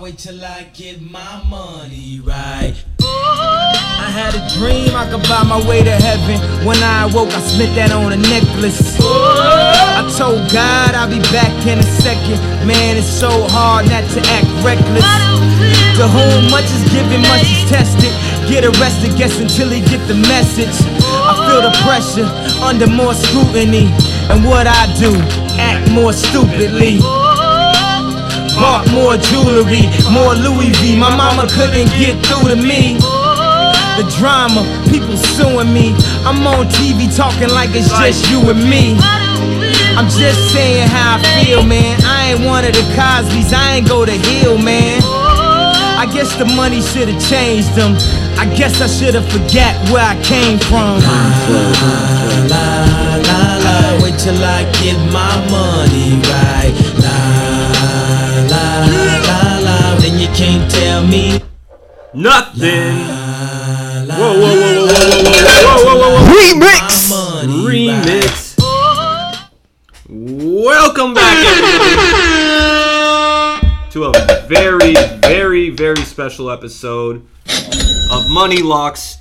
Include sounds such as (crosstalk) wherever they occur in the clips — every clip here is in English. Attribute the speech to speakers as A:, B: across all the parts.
A: wait till I get my money right. I had a dream I could buy my way to heaven. When I awoke, I spent that on a necklace. I told God I'll be back in a second. Man, it's so hard not to act reckless. To whom much is given, much is tested. Get arrested, guess until he get the message. I feel the pressure under more scrutiny. And what I do, act more stupidly. Bought more jewelry, more Louis V. My mama couldn't get through to me. The drama, people suing me. I'm on TV talking like it's just you and me. I'm just saying how I feel, man. I ain't one of the Cosby's, I ain't go to Hill, man. I guess the money should've changed them. I guess I should've forgot where I came from. La la la la, wait till I get my money right. La la la la, then you can't tell me.
B: Nothing.
A: Whoa
B: Whoa, whoa, whoa, whoa, whoa, whoa, whoa, whoa, whoa, whoa.
C: Remix.
B: Remix. Welcome back everybody, to a very, very, very special episode of Money Locks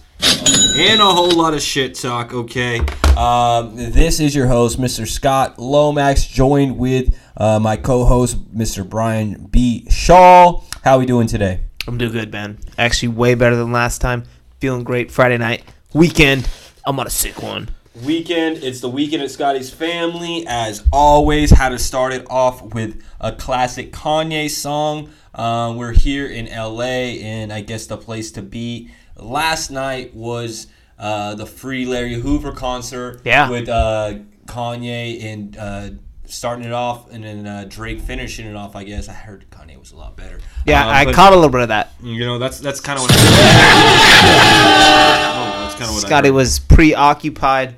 B: and a whole lot of shit talk. Okay,
D: Um, this is your host, Mr. Scott Lomax, joined with uh, my co-host, Mr. Brian B. Shaw. How we doing today?
C: I'm doing good, man. Actually, way better than last time. Feeling great. Friday night, weekend. I'm on a sick one.
B: weekend. It's the weekend at Scotty's family. As always, how to start it off with a classic Kanye song. Um, we're here in LA, and I guess the place to be last night was uh, the Free Larry Hoover concert.
C: Yeah.
B: With uh, Kanye and uh, starting it off, and then uh, Drake finishing it off. I guess I heard Kanye was a lot better.
C: Yeah,
B: Um,
C: I
B: but,
C: caught a little bit of that.
B: You know, that's that's kind of what. I (laughs) Oh, that's kinda what I
C: Scotty
B: heard.
C: was preoccupied.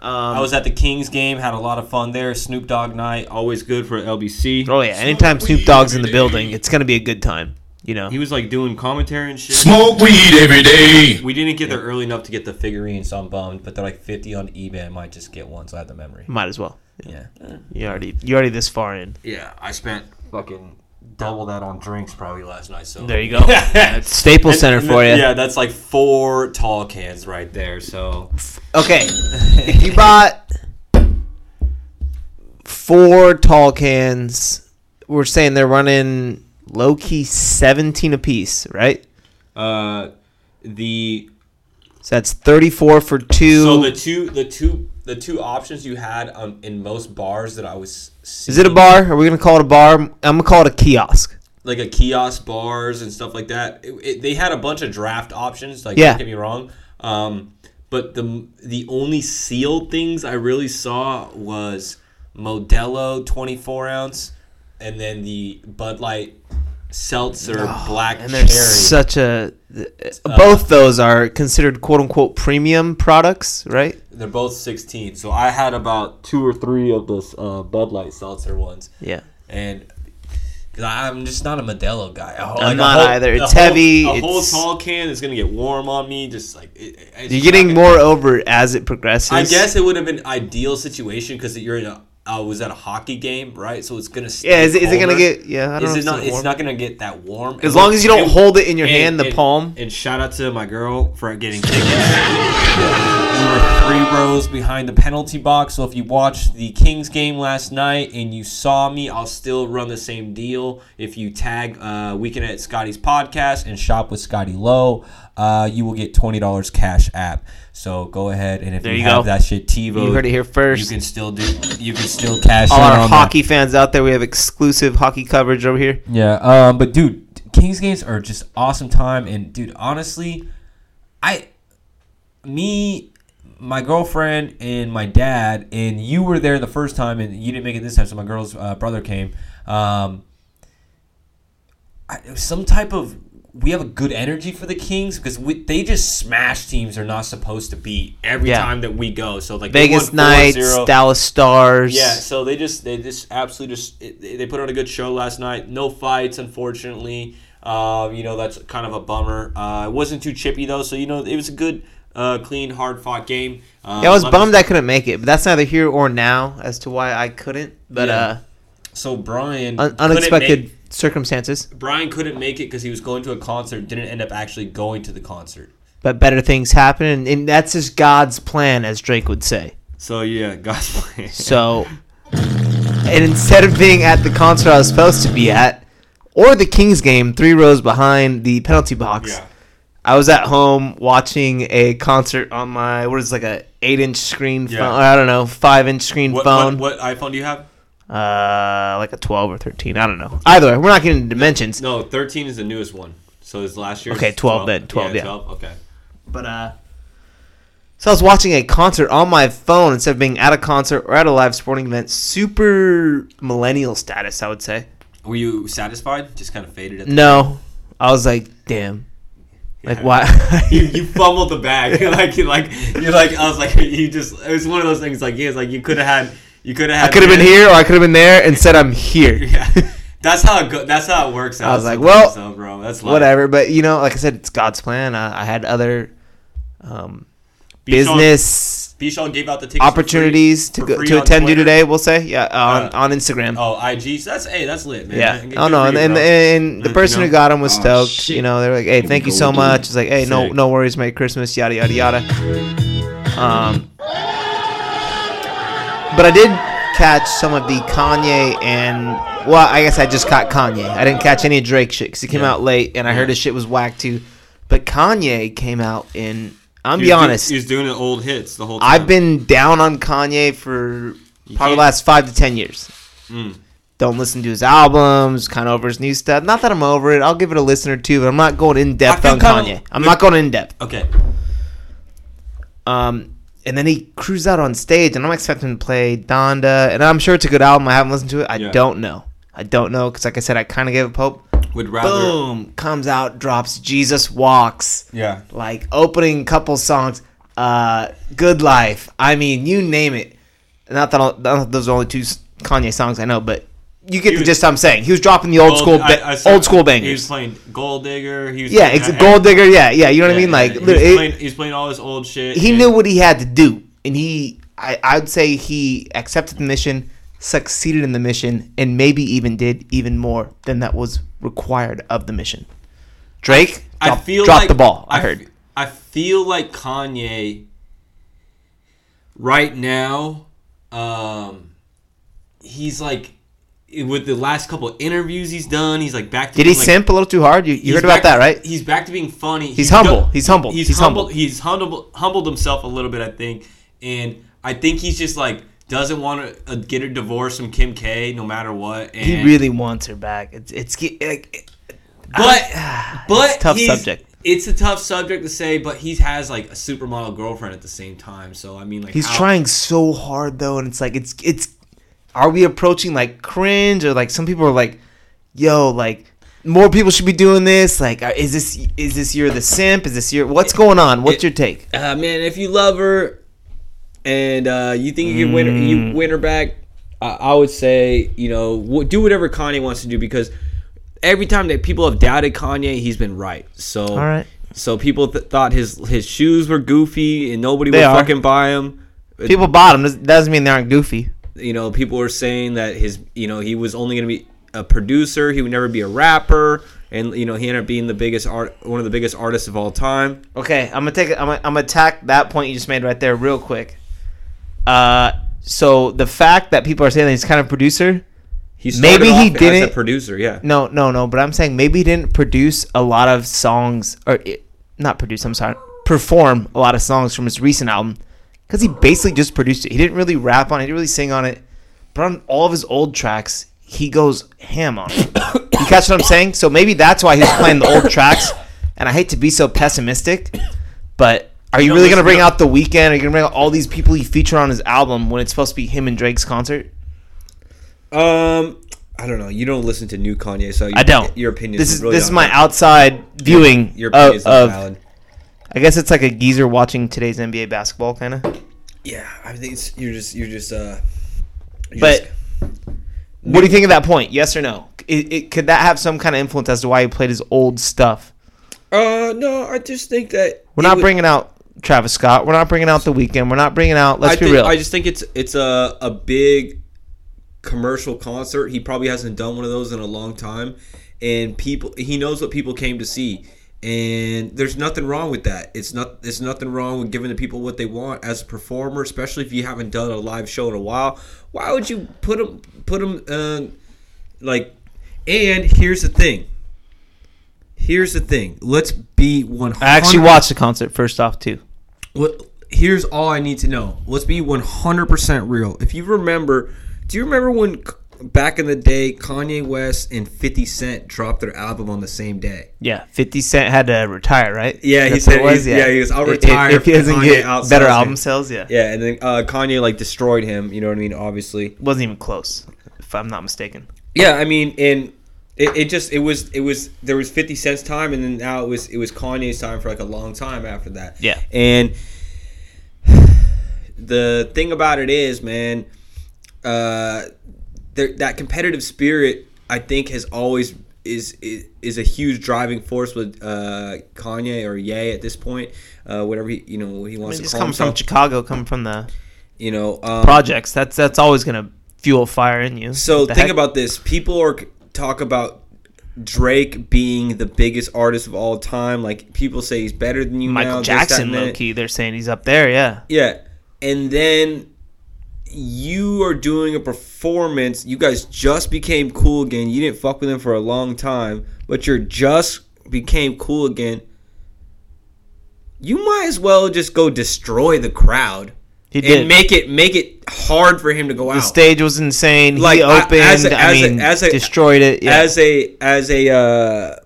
C: Um,
B: I was at the Kings game, had a lot of fun there. Snoop Dogg night, always good for LBC.
C: Oh yeah, anytime Snoop Dogg's in the building, it's gonna be a good time. You know.
B: He was like doing commentary and shit.
E: Smoke weed every day.
B: We didn't get there early enough to get the figurines, so I'm bummed. But they're like 50 on eBay. I might just get one, so I have the memory.
C: Might as well.
B: Yeah.
C: You already you already this far in.
B: Yeah, I spent fucking double that on drinks probably last night. So
C: There you
B: (laughs)
C: go. That's Staples Center
B: And
C: for you.
B: then- Yeah, that's like four tall cans right there. So
C: Okay. if you bought four tall cans, we're saying they're running low key seventeen apiece, right?
B: uh, the
C: So that's thirty four for two.
B: so the two the two the two options you had on in most bars that I was
C: Is it a bar? Are we gonna call it a bar? I'm gonna call it a kiosk.
B: like a kiosk bars and stuff like that. It, it, they had a bunch of draft options. Like,
C: Yeah.
B: don't get me wrong. Um, but the the only sealed things I really saw was Modelo 24 ounce, and then the Bud Light seltzer black
C: And
B: cherry. Uh,
C: there's such a. both those are considered quote unquote premium products, right?
B: They're both 16. So I had about two or three of those uh, Bud Light seltzer ones,
C: Yeah.
B: and. 'cause I'm just not a Modelo guy. A whole-
C: I'm
B: a
C: not either.
B: a
C: It's
B: whole-
C: heavy,
B: A whole
C: it's-
B: tall can is gonna get warm on me. Just like it, it's
C: You're
B: not
C: getting
B: gonna-
C: more over as it progresses.
B: I guess it would have been ideal situation because you're in a. I was at a hockey game, right? So it's gonna. Stay
C: Yeah, is it, is it gonna
B: colder.
C: get? Yeah, I don't
B: Is
C: know.
B: it not?
C: if
B: It's
C: warm.
B: not gonna get that warm.
C: As long as you don't hold it in your hand, the
B: and-
C: palm.
B: And shout out to my girl for getting tickets. we were three rows behind the penalty box. So if you watched the Kings game last night and you saw me, I'll still run the same deal. If you tag uh, Weekend at Scotty's podcast and shop with Scotty Lowe, uh, you will get twenty dollars cash app. So go ahead and if
C: There
B: you,
C: you
B: have
C: go.
B: that shit TiVo,
C: You heard it here
B: you
C: first.
B: can still do. You can still cash
C: All
B: in
C: our
B: on
C: hockey fans out there, we have exclusive hockey coverage over here.
B: That. Yeah, um, but dude, Kings games are just awesome time, and dude, honestly, I, me, my girlfriend, and my dad, and you were there the first time, and you didn't make it this time, so my girl's uh, brother came. Um, I, some type of we have a good energy for the Kings because we, they just smash teams they're not supposed to beat every
C: Yeah.
B: time that we go. So like they
C: Vegas
B: won
C: Knights,
B: 4-0.
C: Dallas Stars.
B: Yeah, so they just they just absolutely just it- they put on a good show last night. No fights, unfortunately. Uh, you know that's kind of a bummer. Uh, it wasn't too chippy though, so you know it was a good, uh, clean, hard fought game. Uh,
C: Yeah, I was
B: I'm
C: bummed
B: just-
C: I couldn't make it, but that's neither here or now as to why I couldn't. But
B: Yeah.
C: uh,
B: so Brian
C: un-
B: couldn't
C: unexpected
B: make-
C: circumstances,
B: Brian couldn't make it because he was going to a concert. Didn't end up actually going to the concert.
C: but better things happen, and, and that's just God's plan, as Drake would say.
B: So yeah, (laughs) God's plan. (laughs)
C: So, and instead of being at the concert I was supposed to be at, or the Kings game, three rows behind the penalty box, I was at home watching a concert on my what is it, like a eight inch screen
B: Yeah.
C: phone, or I don't know, five inch screen
B: What,
C: phone,
B: What, what iPhone do you have?
C: uh, like a twelve or thirteen, I don't know. Either way, we're not getting into dimensions.
B: No, 13 is the newest one. So it's last year.
C: Okay, 12 then, 12, yeah.
B: 12, okay.
C: But uh so I was watching a concert on my phone instead of being at a concert or at a live sporting event. Super millennial status, I would say.
B: Were you satisfied? Just kind of faded at the
C: No, I was like, damn, like
B: Yeah. (laughs)
C: why? (laughs)
B: You, you fumbled the bag. (laughs) like you like you like I was like you just it was one of those things like yeah, it's like you could have had you could have
C: I
B: had
C: could have been here or I could have been there. Instead, I'm here.
B: (laughs) Yeah. That's how it go, that's how it works out.
C: was like,
B: sometimes,
C: well,
B: though, bro, that's life.
C: Whatever, but you know, like I said, it's God's plan. I, I had other um,
B: Bichon-
C: business
B: Bichon gave out the tickets for free-
C: opportunities to
B: for
C: go,
B: free
C: to
B: on
C: attend to
B: Twitter.
C: today. We'll say, yeah, on,
B: Uh,
C: on Instagram.
B: Oh, IG. So that's hey, that's lit, man.
C: Yeah.
B: Good
C: Oh no,
B: for
C: and,
B: you,
C: and
B: bro.
C: and the
B: You
C: person
B: know?
C: who got him was
E: Oh,
C: stoked.
E: shit.
C: You know, they were like, "Hey,
E: we
C: thank you
E: go,
C: so
E: dude.
C: much." It's like, "Hey, no,
E: Sick.
C: no worries, Merry Christmas, yada yada yada." Um, but I did catch some of the Kanye and well, I guess I just caught Kanye. I didn't catch any of Drake shit because he came out late, and I heard his shit was whack too. But Kanye came out in. I'm
B: He
C: be
B: was do-
C: honest.
B: He was doing the old hits the whole time.
C: I've been down on Kanye for probably
B: can't- Mm.
C: the last five to ten years. Don't listen to his albums, kind of over his new stuff. Not that I'm over it. I'll give it a listen or two, but I'm not going in depth
B: I feel
C: on
B: kinda-
C: Kanye. I'm not going in depth.
B: Okay.
C: Um, and then he cruised out on stage, and I'm expecting him to play Donda, and I'm sure it's a good album. I haven't listened to it. I
B: Yeah.
C: don't know. I don't know because, like I said, I kind of gave up hope.
B: Would rather
C: Boom! Comes out, drops Jesus Walks
E: Yeah.
C: like opening couple songs, uh, "Good Life." I mean, you name it. Not that, I'll, not that those are only two s- Kanye songs I know, but you get
B: He
C: the
B: was-
C: gist. I'm saying he was dropping the old
B: Gold-
C: school, ba-
B: I- I saw-
C: old school
B: He was
C: bangers.
B: playing Gold Digger. He was
C: Yeah,
B: playing-
C: ex- Gold Digger. Yeah, yeah. You know what
B: Yeah,
C: I mean?
B: yeah,
C: Like
B: he was
C: literally, it-
B: playing, he was playing all this old shit.
C: he
B: and-
C: knew what he had to do, and he, I, I'd say he accepted the mission, succeeded in the mission, and maybe even did even more than that was required of the mission. Drake,
B: I
C: drop-
B: feel
C: dropped
B: like,
C: the ball. I
B: f-
C: heard.
B: I feel like Kanye right now, um, he's like eh, with the last couple interviews he's done. He's like back. to
C: Did he
B: being, like,
C: simp a little too hard? You, you
B: he's
C: heard about
B: back-
C: that, right?
B: He's back to being funny. He's,
C: humble.
B: done-
C: He's humble.
B: He's,
C: He's
B: humble.
C: humble.
B: He's humble. Humbled himself a little bit, I think, and I think he's just like doesn't want to uh, get a divorce from Kim K, no matter what. And
C: He really wants her back. It's it's ge- like
B: but
C: (sighs)
B: but
C: it's a tough
B: he's-
C: subject.
B: It's a tough subject to say, but he has like a supermodel girlfriend at the same time. So I mean, like
C: he's
B: how-
C: trying so hard though, and it's like it's it's. Are we approaching like cringe or like some people are like, yo, like more people should be doing this. Like, are- is this is this year the simp? Is this year what's going on? What's your take?
B: Uh, man, if you love her and uh, you think you can win her,
C: Mm.
B: you win her back, I I would say you know w- do whatever Kanye wants to do because every time that people have doubted Kanye, he's been right. So all
C: right.
B: so people th- thought his his shoes were goofy and nobody
C: They
B: would
C: are.
B: fucking buy them.
C: People bought him. Doesn't- Doesn't mean they aren't goofy.
B: you know, people were saying that his, you know, he was only going to be a producer. He would never be a rapper, and you know, he ended up being the biggest art, one of the biggest artists of all time.
C: Okay, I'm gonna take. I'm gonna, I'm gonna attack that point you just made right there real quick. Uh, so the fact that people are saying that he's kind of producer,
B: He started
C: Maybe he
B: off as a
C: didn't-
B: producer, yeah.
C: No, no, no. But I'm saying maybe he didn't produce a lot of songs, or it, not produce. I'm sorry, perform a lot of songs from his recent album because he basically just produced it. He didn't really rap on it. He didn't really sing on it. But on all of his old tracks, he goes ham on it. (coughs) you catch what I'm saying? So maybe that's why he's playing the old tracks. And I hate to be so pessimistic, but are you
B: No,
C: really gonna
B: listen,
C: bring
B: no.
C: out the weekend? Are you gonna bring out all these people he featured on his album when it's supposed to be him and Drake's concert?
B: Um, I don't know. You don't listen to new Kanye, so your,
C: I don't.
B: Your opinion.
C: This is
B: really
C: this is
B: not
C: my
B: valid.
C: outside viewing
B: Your
C: of,
B: opinion's not
C: of-
B: valid.
C: I guess it's like a geezer watching today's NBA basketball, kind of.
B: Yeah, I think it's, you're just you're just uh. you're
C: But
B: just-
C: what do you think of that point? Yes or no? It, it, could that have some kind of influence as to why he played his old stuff?
B: uh, no, I just think that it
C: We're not
B: was-
C: bringing out Travis Scott. We're not bringing out The Weeknd. We're not bringing out.
B: I
C: Let's be
B: think,
C: real.
B: I just think it's it's a a big commercial concert. He probably hasn't done one of those in a long time, and people he knows what people came to see, and there's nothing wrong with that. It's not there's nothing wrong with giving the people what they want as a performer, especially if you haven't done a live show in a while. Why would you put them put them uh, like? And here's the thing. Here's the thing. Let's be one.
C: I actually watched the concert first off too.
B: What, here's all I need to know. Let's be 100% real. If you remember, do you remember when K- back in the day Kanye West and 50 Cent dropped their album on the same day?
C: Yeah, Fifty Cent had to retire, right?
B: Yeah, he
C: what
B: said
C: it
B: he's- yeah, he goes, "I'll
C: If- if-
B: retire
C: if, he
B: if
C: doesn't
B: Kanye
C: get
B: outsells
C: better
B: me."
C: album sales." Yeah.
B: Yeah, and then uh, Kanye like destroyed him, you know what I mean, obviously.
C: wasn't even close, if I'm not mistaken.
B: Yeah, I mean, and it, it just it was it was there was 50 Cent's time and then now it was it was Kanye's time for like a long time after that.
C: Yeah.
B: And (sighs) the thing about it is, man, uh, there, that competitive spirit, I think, has always is is, is a huge driving force with uh, Kanye or Ye at this point, uh, whatever he you know he wants
C: It
B: to
C: just
B: call
C: comes from
B: himself.
C: Chicago, coming from the
B: you know, um,
C: projects. That's that's always gonna fuel fire in you.
B: So
C: What the
B: think
C: heck?
B: about this. People are talk about Drake being the biggest artist of all time. Like people say he's better than you.
C: Michael
B: now, this, that,
C: Jackson,
B: and that.
C: low key. They're saying he's up there. Yeah,
B: Yeah, and then you are doing a performance. You guys just became cool again. You didn't fuck with him for a long time, but you're just became cool again. You might as well just go destroy the crowd
C: he
B: and
C: did.
B: make it make it hard for him to go out.
C: the stage was insane.
B: Like,
C: he
B: I-
C: opened. I,
B: as a- as a-
C: mean,
B: as a-
C: destroyed it. Yeah.
B: as a as a uh,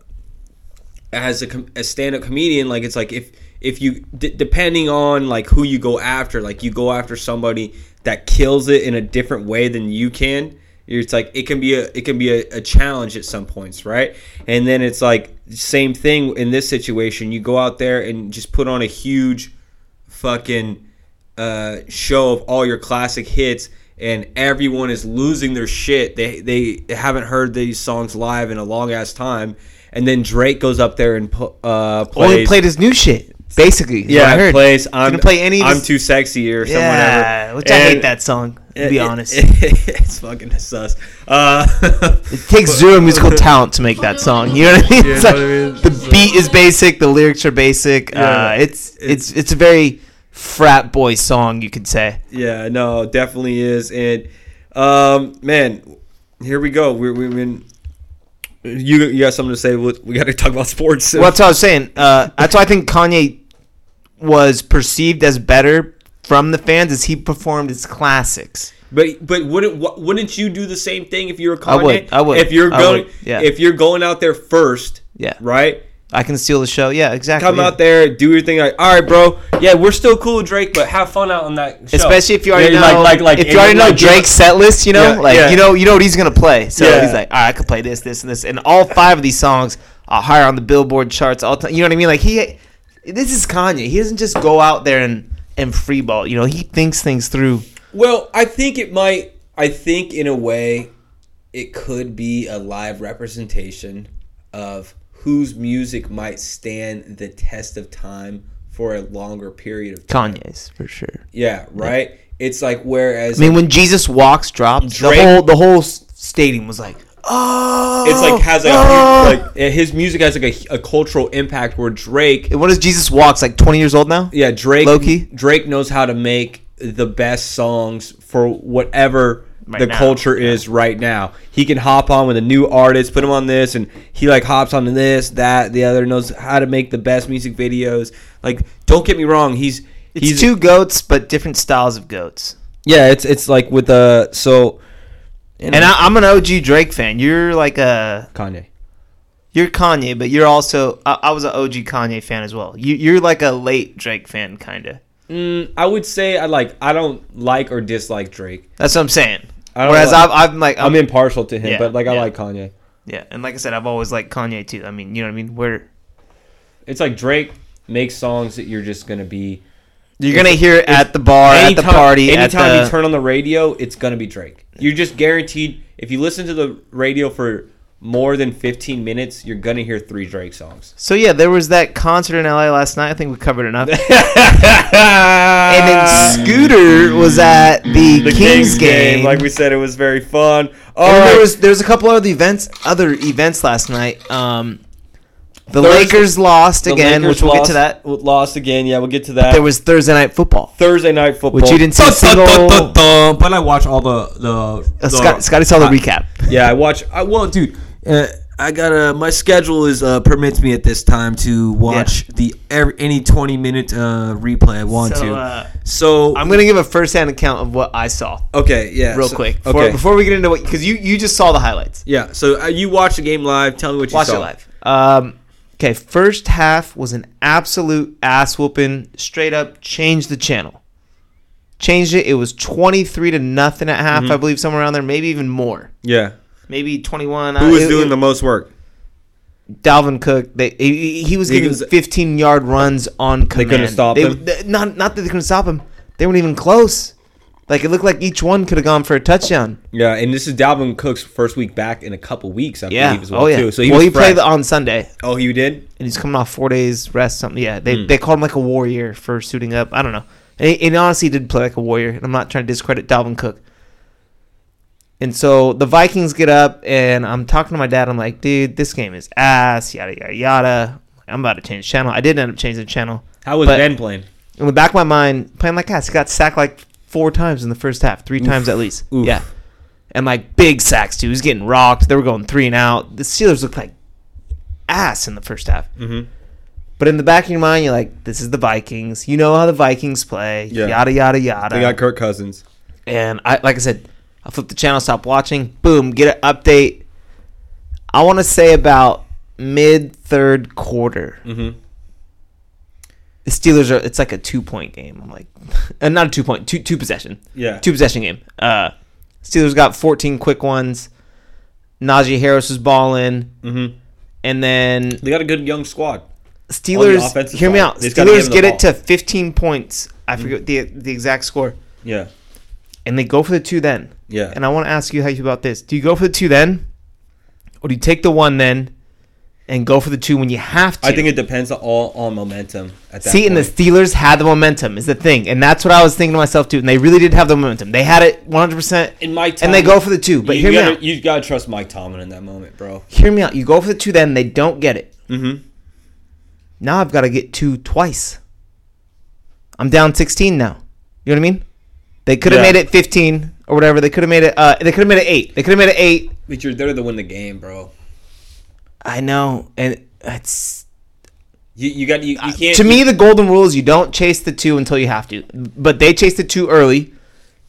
B: as a, com- a stand-up comedian like it's like if if you d- depending on like who you go after like you go after somebody that kills it in a different way than you can you're- it's like it can be a it can be a, a challenge at some points right and then it's like same thing in this situation you go out there and just put on a huge fucking uh, show of all your classic hits and everyone is losing their shit. They they haven't heard these songs live in a long ass time. And then Drake goes up there and pu- uh, plays.
C: Well, Oh, he played his new shit. Basically, is what I
B: yeah,
C: heard.
B: plays. I'm,
C: Didn't play any. Of
B: I'm
C: his,
B: too sexy or something.
C: yeah,
B: whatever.
C: which I hate
B: And-
C: that song. To be
B: it-
C: honest, it,
B: (laughs) it's fucking sus. Uh, (laughs)
C: takes zero musical talent to make that song. You know what I mean? It's
B: know
C: like,
B: what I mean?
C: The beat is basic. The lyrics are basic.
B: Yeah,
C: uh, it's it's it's a very frat boy song, you could say.
B: yeah, no, definitely is. And um, man, here we go. We're, we've been. You, you got something to say? We we got to talk about sports.
C: Well, that's what I was saying. Uh, that's why I think Kanye was perceived as better from the fans as he performed his classics.
B: But but wouldn't wh- wouldn't you do the same thing if you were Kanye?
C: I would, I would,
B: If you're
C: I
B: going,
C: would, yeah.
B: if you're going out there first,
C: Yeah,
B: right?
C: I can steal the show. Yeah, exactly.
B: Come
C: yeah.
B: out there, do your thing. Like, all right, bro. Yeah, we're still cool, with Drake, but have fun out on that. Show.
C: especially if you already
B: Yeah,
C: know, if you already know
B: like,
C: Drake's set list, you know,
B: Yeah,
C: like
B: yeah.
C: you know, you know what he's gonna play. So
B: Yeah.
C: he's like, all right, I can play this, this, and this, and all five of these songs are higher on the Billboard charts all time. You know what I mean? Like he, this is Kanye. He doesn't just go out there and and free ball. You know, he thinks things through.
B: Well, I think it might. I think in a way, it could be a live representation of whose music might stand the test of time for a longer period of time.
C: Kanye's for sure.
B: Yeah, right. It's like whereas
C: I mean, when Jesus Walks dropped,
B: Drake-
C: the whole the whole s- stadium was like, oh,
B: it's like has like,
C: oh.
B: a, like his music has like a, a cultural impact where Drake,
C: what is Jesus Walks like? Twenty years old now?
B: yeah, Drake,
C: Low-key?
B: Drake knows how to make the best songs for whatever the
C: now,
B: culture is right now. He can hop on with a new artist, put him on this, and he like hops on to this, that, the other. Knows how to make the best music videos. Like, don't get me wrong, he's
C: It's
B: he's
C: two goats, but different styles of goats.
B: yeah, it's it's like with uh so
C: And I, I'm an OG Drake fan. You're like a
B: Kanye.
C: you're Kanye, but you're also I, I was an OG Kanye fan as well. You, you're like a late Drake fan, kind of.
B: Mm, I would say I like I don't like or dislike Drake.
C: That's what I'm saying.
B: I don't
C: Whereas
B: like-
C: I've, I'm like
B: I'm impartial to him,
C: Yeah,
B: but like I
C: yeah.
B: like Kanye.
C: yeah, and like I said, I've always liked Kanye too. I mean, you know what I mean? We're
B: It's like Drake makes songs that you're just gonna be
C: you're gonna hear it at the bar, at the party, at
B: Anytime you
C: the
B: turn on the radio, it's gonna be Drake. You're just guaranteed. If you listen to the radio for more than 15 minutes, you're gonna hear three Drake songs.
C: So yeah, there was that concert in LA last night. I think we covered enough.
B: (laughs)
C: and then Scooter was at the, Kings, game.
B: like we said, it was very fun. All
C: and
B: right,
C: there was there was a couple other events other events last night. Um, the
B: Thursday-
C: Lakers lost
B: the
C: again,
B: Lakers
C: which we'll
B: lost-
C: get to that.
B: w- Lost again, yeah, we'll get to that.
C: There was Thursday night football, Uh,
B: Thursday night football,
C: which you didn't
B: (laughs)
C: see a single.
F: but I watch all the the.
C: Uh, Scott, Scotty saw the recap.
B: Yeah, I watch. I, well,
F: Well, dude, uh, I gotta. My schedule is uh, permits me at this time to watch the every, any twenty minute uh, replay I want
C: So,
F: to.
C: uh,
F: so
C: I'm gonna give a first hand account of what I saw
B: okay, yeah,
C: real
B: so-
C: quick before,
B: Okay,
C: before we get into what because you you just saw the highlights.
B: yeah. So uh, you watched the game live. Tell me what you
C: Watch
B: saw.
C: it live. Um, okay, first half was an absolute ass whooping. Straight up, changed the channel. Changed it. It was 23 to nothing at half, I believe, somewhere around there, maybe even more.
B: Yeah,
C: Maybe 21.
B: who was
C: Uh, it-
B: doing
C: it-
B: the most work?
C: Dalvin Cook? They, he, he was
B: He
C: getting
B: was-
C: 15 yard runs on command.
B: couldn't stop
C: They-
B: him?
C: they- not, not that they couldn't stop him. They weren't even close. Like it looked like each one could have gone for a touchdown.
B: Yeah, and this is Dalvin Cook's first week back in a couple weeks. I
C: Yeah.
B: believe as well
C: oh yeah.
B: too. So he
C: well,
B: was
C: he played
B: fresh.
C: on Sunday.
B: oh, he did.
C: and he's coming off four days rest. Something, yeah.
B: Hmm.
C: They they called him like a warrior for suiting up. I don't know. And, he, and honestly, he did play like a warrior. And I'm not trying to discredit Dalvin Cook. And so the Vikings get up, and I'm talking to my dad. I'm like, dude, this game is ass. Yada yada yada. I'm about to change channel. I did end up changing the channel.
B: How was
C: But-
B: Ben playing?
C: In the back of my mind, playing like ass. He got sacked like four times in the first half, three times at least.
B: Oof.
C: Yeah. And like big sacks too. He was getting rocked. They were going three and out. The Steelers looked like ass in the first half.
B: Mhm.
C: But in the back of your mind, you're like, this is the Vikings. You know how the Vikings play.
B: Yeah.
C: Yada yada yada.
B: They got Kirk Cousins.
C: and I like I said, I flip the channel, stop watching. Boom, get an update. I want to say about mid third quarter.
B: Mhm.
C: The Steelers are. It's like a two point game. I'm like, (laughs) uh, not a two point, two two possession,
B: Yeah.
C: two possession game. Uh, Steelers got 14 quick ones. Najee Harris was balling,
B: Mm-hmm.
C: and then
B: They got a good young squad.
C: Steelers.
B: offensive
C: hear me
B: side.
C: out.
B: They just gotta give
C: Steelers
B: him
C: get
B: the Mm-hmm.
C: it to 15 points. I forget the the exact score,
B: Yeah.
C: and they go for the two then.
B: Yeah.
C: And I want to ask you how you feel about this. Do you go for the two then, or do you take the one then, and go for the two when you have to?
B: I think it depends all on momentum. At that
C: See, and the
B: point.
C: Steelers had the momentum is the thing, and that's what I was thinking to myself too. And they really did have the momentum. They had it 100. percent
B: in Mike
C: and they
B: Tomlin-
C: go for the two. But
B: you,
C: hear
B: you
C: me
B: gotta,
C: out.
B: You gotta trust Mike Tomlin in that moment, bro.
C: hear me out. You go for the two, then they don't get it.
B: Mm-hmm.
C: Now I've got to get two twice. I'm down 16 now. You know what I mean? They could have
B: Yeah.
C: made it 15 or whatever. They could have made it. Uh, they could have made it eight. They could have made it eight.
B: But you're there to win the game, bro.
C: I know, and it's
B: You, you got you, you can't.
C: Uh, to me
B: you-
C: the golden rule is you don't chase the two until you have to. But they chase the two early,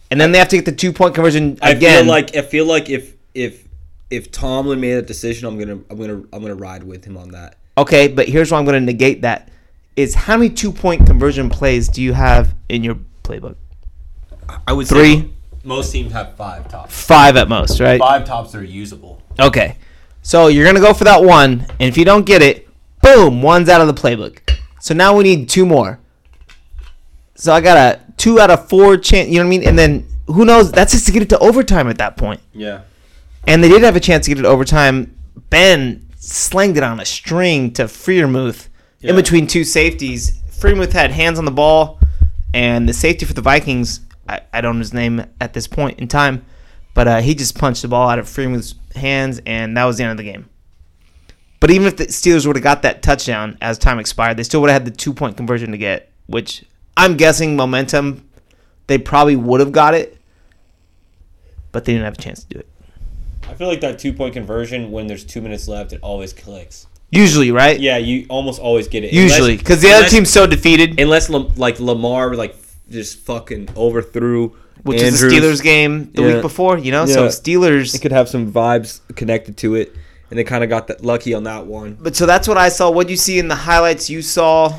C: and then they have to get the two point conversion
B: I
C: again.
B: feel like I feel like if if if Tomlin made that decision, I'm gonna I'm gonna I'm gonna ride with him on that.
C: Okay, but here's why I'm going to negate that: is how many two point conversion plays do you have in your playbook?
F: I would
C: Three.
F: Say most teams have five tops.
C: Five at most, right?
F: Five tops that are usable.
C: Okay, so you're going to go for that one, and if you don't get it, boom, one's out of the playbook. So now we need two more. So I got a two out of four chance. You know what I mean? And then who knows? That's just to get it to overtime at that point.
B: Yeah.
C: And they did have a chance to get it overtime. Ben slanged it on a string to Freermuth in
B: Yeah.
C: between two safeties. Freermuth had hands on the ball, and the safety for the Vikings, I, I don't know his name at this point in time, but uh, he just punched the ball out of Freermuth's hands, and that was the end of the game. But even if the Steelers would have got that touchdown as time expired, they still would have had the two point conversion to get, which I'm guessing momentum, they probably would have got it, but they didn't have a chance to do it.
B: I feel like that two point conversion when there's two minutes left, it always clicks.
C: Usually, right?
B: Yeah, you almost always get it.
C: Usually,
B: Unless-
C: because the other
B: unless-
C: team's so defeated,
B: unless Lam- like Lamar like just fucking overthrew
C: which
B: Andrews.
C: is the Steelers game the
B: Yeah.
C: week before, you know. So
B: Yeah.
C: Steelers.
B: It could have some vibes connected to it, and they kind of got that lucky on that one.
C: but so that's what I saw. What you see in the highlights, you saw.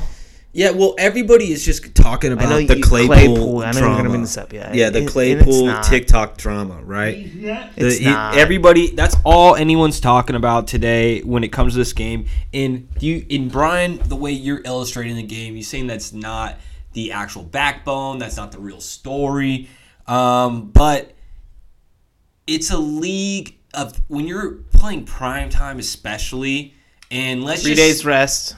B: Yeah, well, everybody is just talking about
C: know
B: the
C: you-
B: Claypool,
C: Claypool, I know you're
B: drama.
C: gonna bring this up, yeah.
B: yeah, the
C: It- and it's
B: Claypool
C: not.
B: TikTok drama, right? The-
C: It's
B: he-
C: not.
B: Everybody, that's all anyone's talking about today when it comes to this game. And
F: You in Brian, the way you're illustrating the game, you're saying that's not the actual backbone. That's not the real story. Um, but it's a league
B: of when you're playing prime time, especially, and let's
C: Three
B: just,
C: days rest.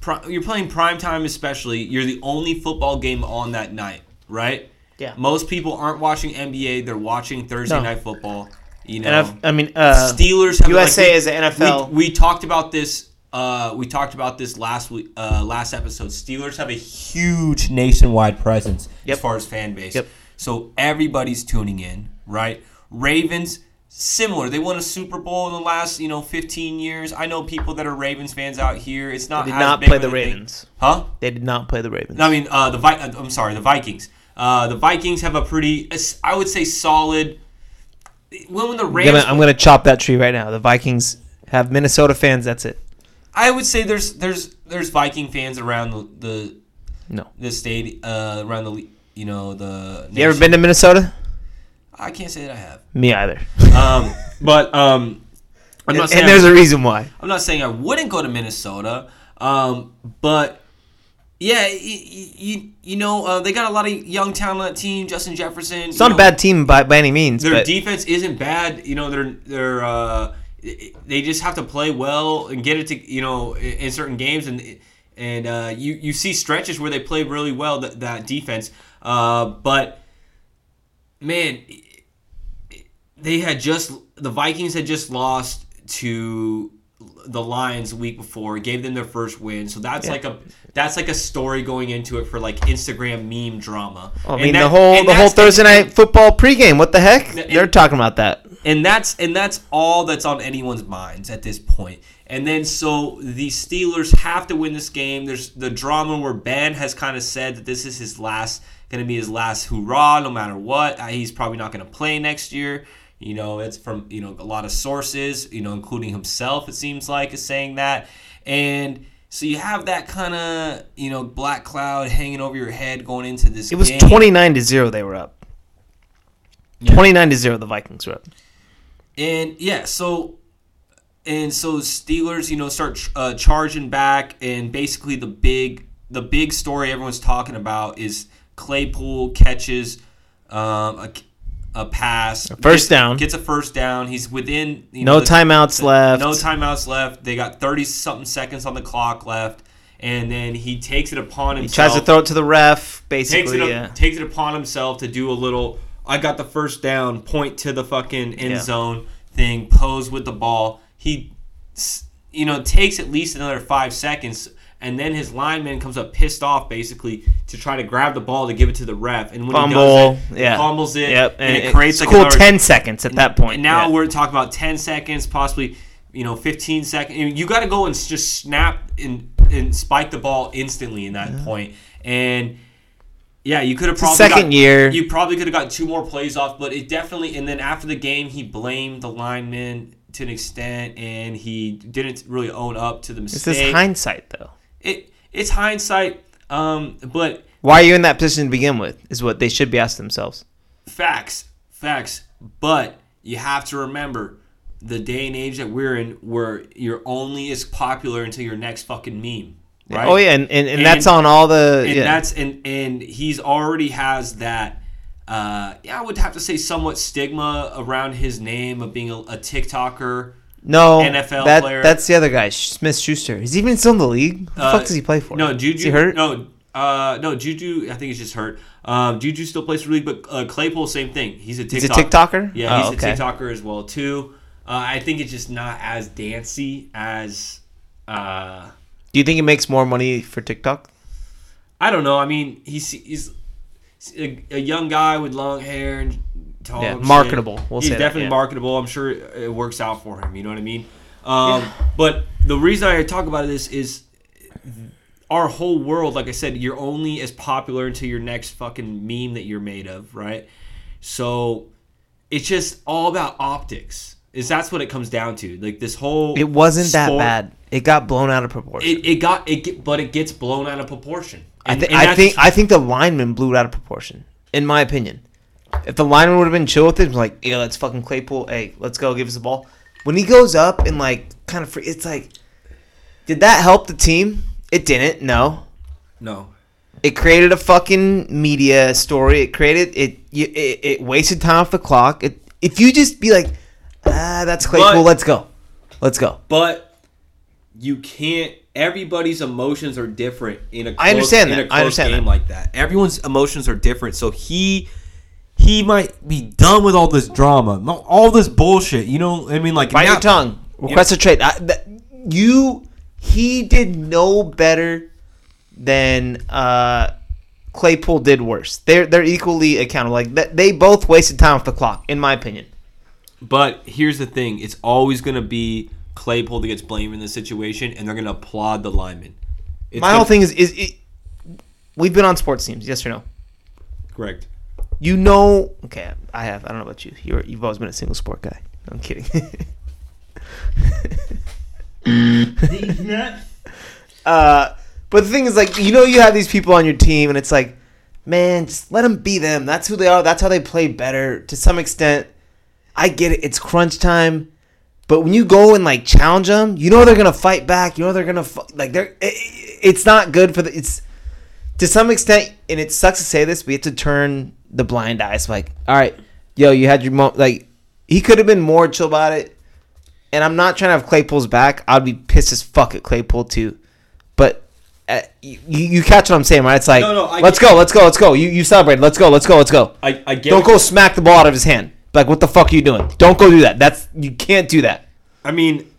B: pri- you're playing prime time especially you're the only football game on that night right
C: Yeah.
B: most people aren't watching nba they're watching thursday
C: No.
B: night football you know
C: And I've- I mean, uh,
B: steelers have
C: USA
B: we-
C: is the NFL.
B: we, we talked about this uh, we talked about this last week, uh, last episode. Steelers have a huge nationwide presence
C: Yep.
B: as far as fan base.
C: Yep.
B: So everybody's tuning in, right? Ravens similar. They won a Super Bowl in the last, you know, 15 years. I know people that are Ravens fans out here. It's not
C: They did
B: as
C: not
B: big
C: play
B: of
C: the
B: a thing.
C: Ravens.
B: Huh?
C: They did not play the Ravens.
B: No, I mean, uh, the Vi- uh, I'm sorry, the Vikings. Uh, the Vikings have a pretty, I would say, solid. When when the
C: I'm
B: Rams,
C: gonna, I'm gonna chop that tree right now. The Vikings have Minnesota fans. That's it.
B: I would say there's there's there's Viking fans around the the,
C: No.
B: the state uh, around the le- you know the.
C: You ever been to Minnesota?
B: I can't say that I have.
C: Me (laughs) either.
B: Um, (laughs) but um, I'm not
C: and,
B: saying
C: and there's a reason why.
B: I'm not saying I wouldn't go to Minnesota, um, but yeah, you you, you know uh, they got a lot of young talent on that team. Justin Jefferson.
C: It's not a bad team by, by any means.
B: Their
C: but
B: defense isn't bad. You know they're they're uh, they just have to play well and get it to you know in in certain games and and uh, you you see stretches where they play really well that, that defense, uh, but man, they had just the Vikings had just lost to the Lions week before, gave them their first win. So that's like a that's like a story going into it for like Instagram meme drama.
C: Oh, I mean, the whole the whole Thursday night football pregame. What the heck?
B: and-
C: They're talking about that.
B: and that's and that's all that's on anyone's minds at this point. And then so the Steelers have to win this game. There's the drama where Ben has kind of said that this is his last, going to be his last hoorah, no matter what. Uh, He's probably not going to play next year. You know, it's from you know a lot of sources, you know, including himself. It seems like is saying that, and so you have that kind of you know black cloud hanging over your head going into this.
C: It was
B: game.
C: 29 to zero. They were up. 29 to zero. The Vikings were up.
B: and yeah, so and so Steelers, you know, start uh, charging back, and basically the big the big story everyone's talking about is Claypool catches um, a, a pass,
C: first
B: gets-
C: down.
B: gets a first down. He's within you
C: No
B: the-
C: timeouts left.
B: no timeouts left. They got thirty something seconds on the clock left, and then he takes it upon himself
C: Tries to throw it to the ref.
B: takes
C: Basically,
B: it up,
C: yeah.
B: takes it upon himself to do a little I got the first down point to the fucking end
C: Yeah.
B: zone thing pose with the ball he s- you know takes at least another 5 seconds and then his lineman comes up pissed off basically to try to grab the ball to give it to the ref and when
C: fumble.
B: he does it,
C: yeah.
B: fumbles it
C: Yep.
B: and, it creates
C: it's
B: like
C: cool
B: another-
C: 10 seconds at that point.
B: and now
C: yeah.
B: we're talking about 10 seconds, possibly, you know, 15 seconds. You got to go and s- just snap and, and spike the ball instantly in that point. And yeah, you could have
C: a
B: probably
C: second
B: got-
C: year.
B: You probably could have got two more plays off, but it definitely. And then after the game, he blamed the lineman to an extent, and he didn't really own up to the
C: This
B: mistake.
C: is hindsight, though.
B: it, it's hindsight, um, but
C: Why are you in that position to begin with? Is what they should be asking themselves.
B: Facts, facts. But you have to remember the day and age that we're in, where you're only as popular until your next fucking meme, right?
C: Oh yeah, and, and, and,
B: And-
C: that's on all the.
B: and
C: yeah.
B: that's and and he's already has that. Uh, yeah, I would have to say somewhat stigma around his name of being a, a TikToker.
C: no
B: NFL
C: that,
B: player.
C: That's the other guy, Sh- Smith Schuster. Is he even still in the league? What the
B: Uh,
C: fuck does he play for?
B: No, Juju.
C: Is he hurt?
B: No, uh, no, Juju. I think he's just hurt. Um, Juju still plays for the league, but uh, Claypool, same thing. He's a TikToker.
C: a TikToker?
B: Yeah, he's
C: Oh, okay.
B: a TikToker as well too. Uh, I think it's just not as dancey as. Uh,
C: Do you think he makes more money for TikTok?
B: I don't know. I mean, he's he's a, a young guy with long hair and tall.
C: Yeah,
B: and shit.
C: marketable. We'll
B: he's
C: say that,
B: definitely
C: yeah.
B: marketable. I'm sure it works out for him. You know what I mean? Um, But the reason I talk about this is our whole world. Like I said, you're only as popular until your next fucking meme that you're made of, right? So it's just all about optics. Is that's what it comes down to? Like this whole
C: It wasn't that
B: sport-
C: bad. It got blown out of proportion.
B: It, it got it, get- but it gets blown out of proportion.
C: I,
B: And-
C: th-
B: and
C: I
B: that's-
C: think I think the lineman blew it out of proportion, in my opinion. If the lineman would have been chill with it, like, yeah, let's fucking Claypool. Hey, let's go, give us the ball. When he goes up and like kind of, free, it's like, did that help the team? It didn't. No,
B: no.
C: It created a fucking media story. It created it. you- It, it wasted time off the clock. It, if you just be like, ah, ah, that's Claypool.
B: But-
C: let's go. Let's go.
B: but you can't. Everybody's emotions are different in a close,
C: I understand
B: in
C: that.
B: a
C: I
B: close
C: understand
B: game
C: that.
B: like that. Everyone's emotions are different, so he he might be done with all this drama, mo- all this bullshit. You know, I mean, like
C: Bite
B: now-
C: your tongue. Request a trade. I, that, you, he did no better than uh, Claypool did worse. They're they're equally accountable. Like that, they both wasted time off the clock, in my opinion.
B: But here's the thing: it's always gonna be Claypool that gets blamed in this situation, and they're gonna applaud the lineman. It's
C: My
B: gonna-
C: whole thing is is it, we've been on sports teams, yes or no?
B: correct.
C: You know, okay, I have. I don't know about you. You're, you've always been a single sport guy. No, I'm kidding. (laughs) uh, but the thing is, like, you know, you have these people on your team, and it's like, man, just let them be them. That's who they are. That's how they play better to some extent. I get it. It's crunch time. But when you go and like challenge them, you know they're gonna fight back. You know they're gonna fu- like they're. It, it- it's not good for the. It's to some extent, and it sucks to say this, we have to turn the blind eyes. Like, all right, yo, you had your mo Like, he could have been more chill about it. And I'm not trying to have Claypool's back. I'd be pissed as fuck at Claypool too. But uh, you, you catch what I'm saying, right? It's like,
B: No, no, I
C: let's
B: get-
C: go, let's go, let's go. You you celebrate. Let's go, let's go, let's go.
B: I, I get.
C: Don't go smack the ball out of his hand. Like, what the fuck are you doing? Don't go do that. That's you can't do that.
B: I mean,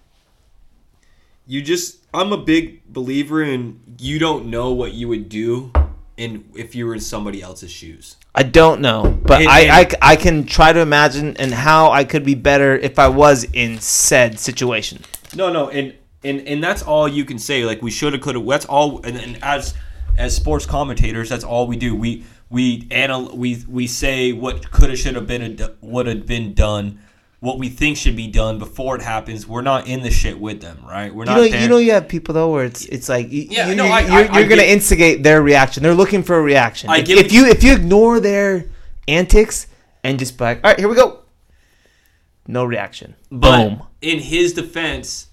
B: you just. I'm a big believer in you don't know what you would do, in if you were in somebody else's shoes.
C: I don't know, but
B: It-
C: I, I,
B: it-
C: I can try to imagine and how I could be better if I was in said situation.
B: No, no, and and and that's all you can say. Like we should have, could have. That's all. And, and as as sports commentators, that's all we do. We we anal- we we say what could have, should have been, a d what had been done, what we think should be done before it happens. We're not in the shit with them, right? We're
C: You
B: not.
C: know,
B: there.
C: you know, you have people though where it's it's like you,
B: Yeah,
C: you,
B: no,
C: you-
B: I-
C: you're,
B: I- I
C: you're gonna
B: get-
C: instigate their reaction. They're looking for a reaction.
B: I
C: if,
B: get
C: if
B: what
C: you if you ignore their antics and just be like, all right, here we go, no reaction.
B: but
C: Boom.
B: in his defense,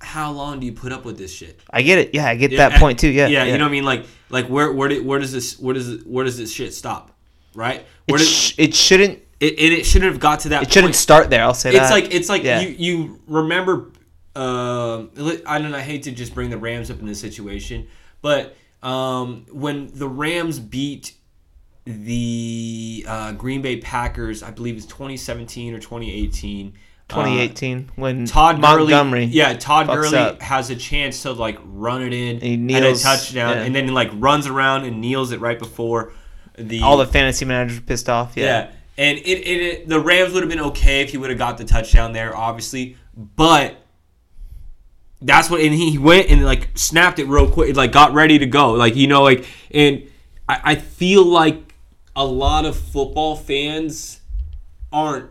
B: how long do you put up with this shit?
C: I get it. Yeah, I get that
B: Yeah,
C: point too. Yeah,
B: yeah, You know what I mean? Like, like where, where, did, where does this, where does, where does this shit stop? Right? Where
C: It,
B: does,
C: sh- it shouldn't
B: it, and it shouldn't have got to that.
C: it shouldn't
B: point.
C: start there. I'll say
B: It's
C: that.
B: like, it's like
C: yeah.
B: you, you remember. Um, li- I don't. know, I hate to just bring the Rams up in this situation, but um, when the Rams beat the uh, Green Bay Packers, I believe it's 2017 or 2018. uh,
C: 2018 when
B: Todd
C: Montgomery.
B: Gurley, yeah, Todd
C: fucks
B: Gurley
C: up.
B: has a chance to like run it in
C: he
B: and, a
C: kneels,
B: touchdown,
C: yeah.
B: and then like runs around and kneels it right before the
C: all the fantasy managers were pissed off. Yeah.
B: yeah. And it, it, it the Rams would have been okay if he would have got the touchdown there, obviously, but that's what and he he went and like snapped it real quick, like got ready to go, like you know, like and I, I feel like a lot of football fans aren't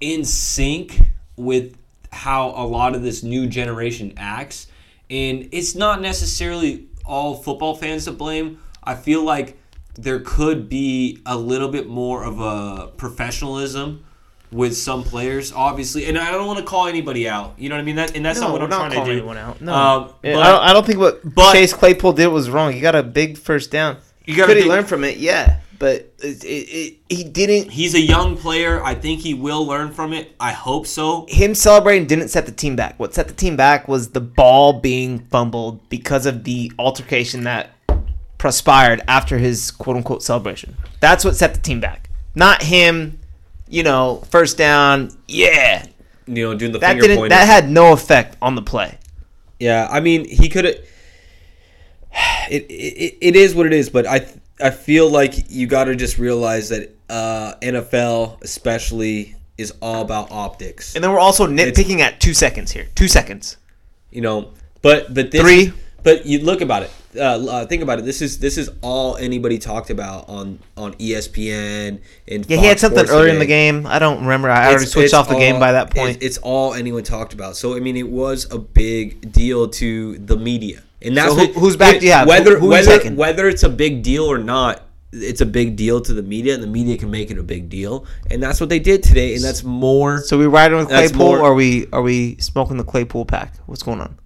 B: in sync with how a lot of this new generation acts. And it's not necessarily all football fans to blame. I feel like there could be a little bit more of a professionalism with some players, obviously. And I don't want to call anybody out. You know what I mean? That, and that's not what I'm trying to do.
C: No,
B: Um,
C: Yeah,
B: but-
C: I, don't, I don't think what
B: but-
C: Chase Claypool did was wrong. He got a big first down.
B: You got a
C: Could he
B: big-
C: learn from it? Yeah, but it, it, it, he didn't.
B: He's a young player. I think he will learn from it. I hope so.
C: Him celebrating didn't set the team back. What set the team back was the ball being fumbled because of the altercation that perspired after his quote unquote celebration. That's what set the team back. Not him, you know, first down. Yeah,
B: You know, doing the
C: that didn't. That had no effect on the play.
B: Yeah, I mean, he could (sighs) have. It, it it is what it is, but I I feel like you got to just realize that uh, NFL especially is all about optics,
C: And then we're also nitpicking at two seconds here. Two seconds.
B: you know. But but this,
C: Three.
B: But you look about it. Uh, uh, think about it. This is this is all anybody talked about on on E ESPN and
C: Yeah, he had something earlier in the game. I don't remember. I already switched off the game by that point.
B: It's, it's all anyone talked about. So I mean, it was a big deal to the media, and that's
C: So who-
B: what-
C: whose back do you have?
B: Whether
C: Who- who you
B: whether
C: backing?
B: whether it's a big deal or not, it's a big deal to the media, and the media can make it a big deal, and that's what they did today, and that's more.
C: so we riding with
B: That's
C: Claypool,
B: more-
C: or are we are we smoking the Claypool pack? What's going on?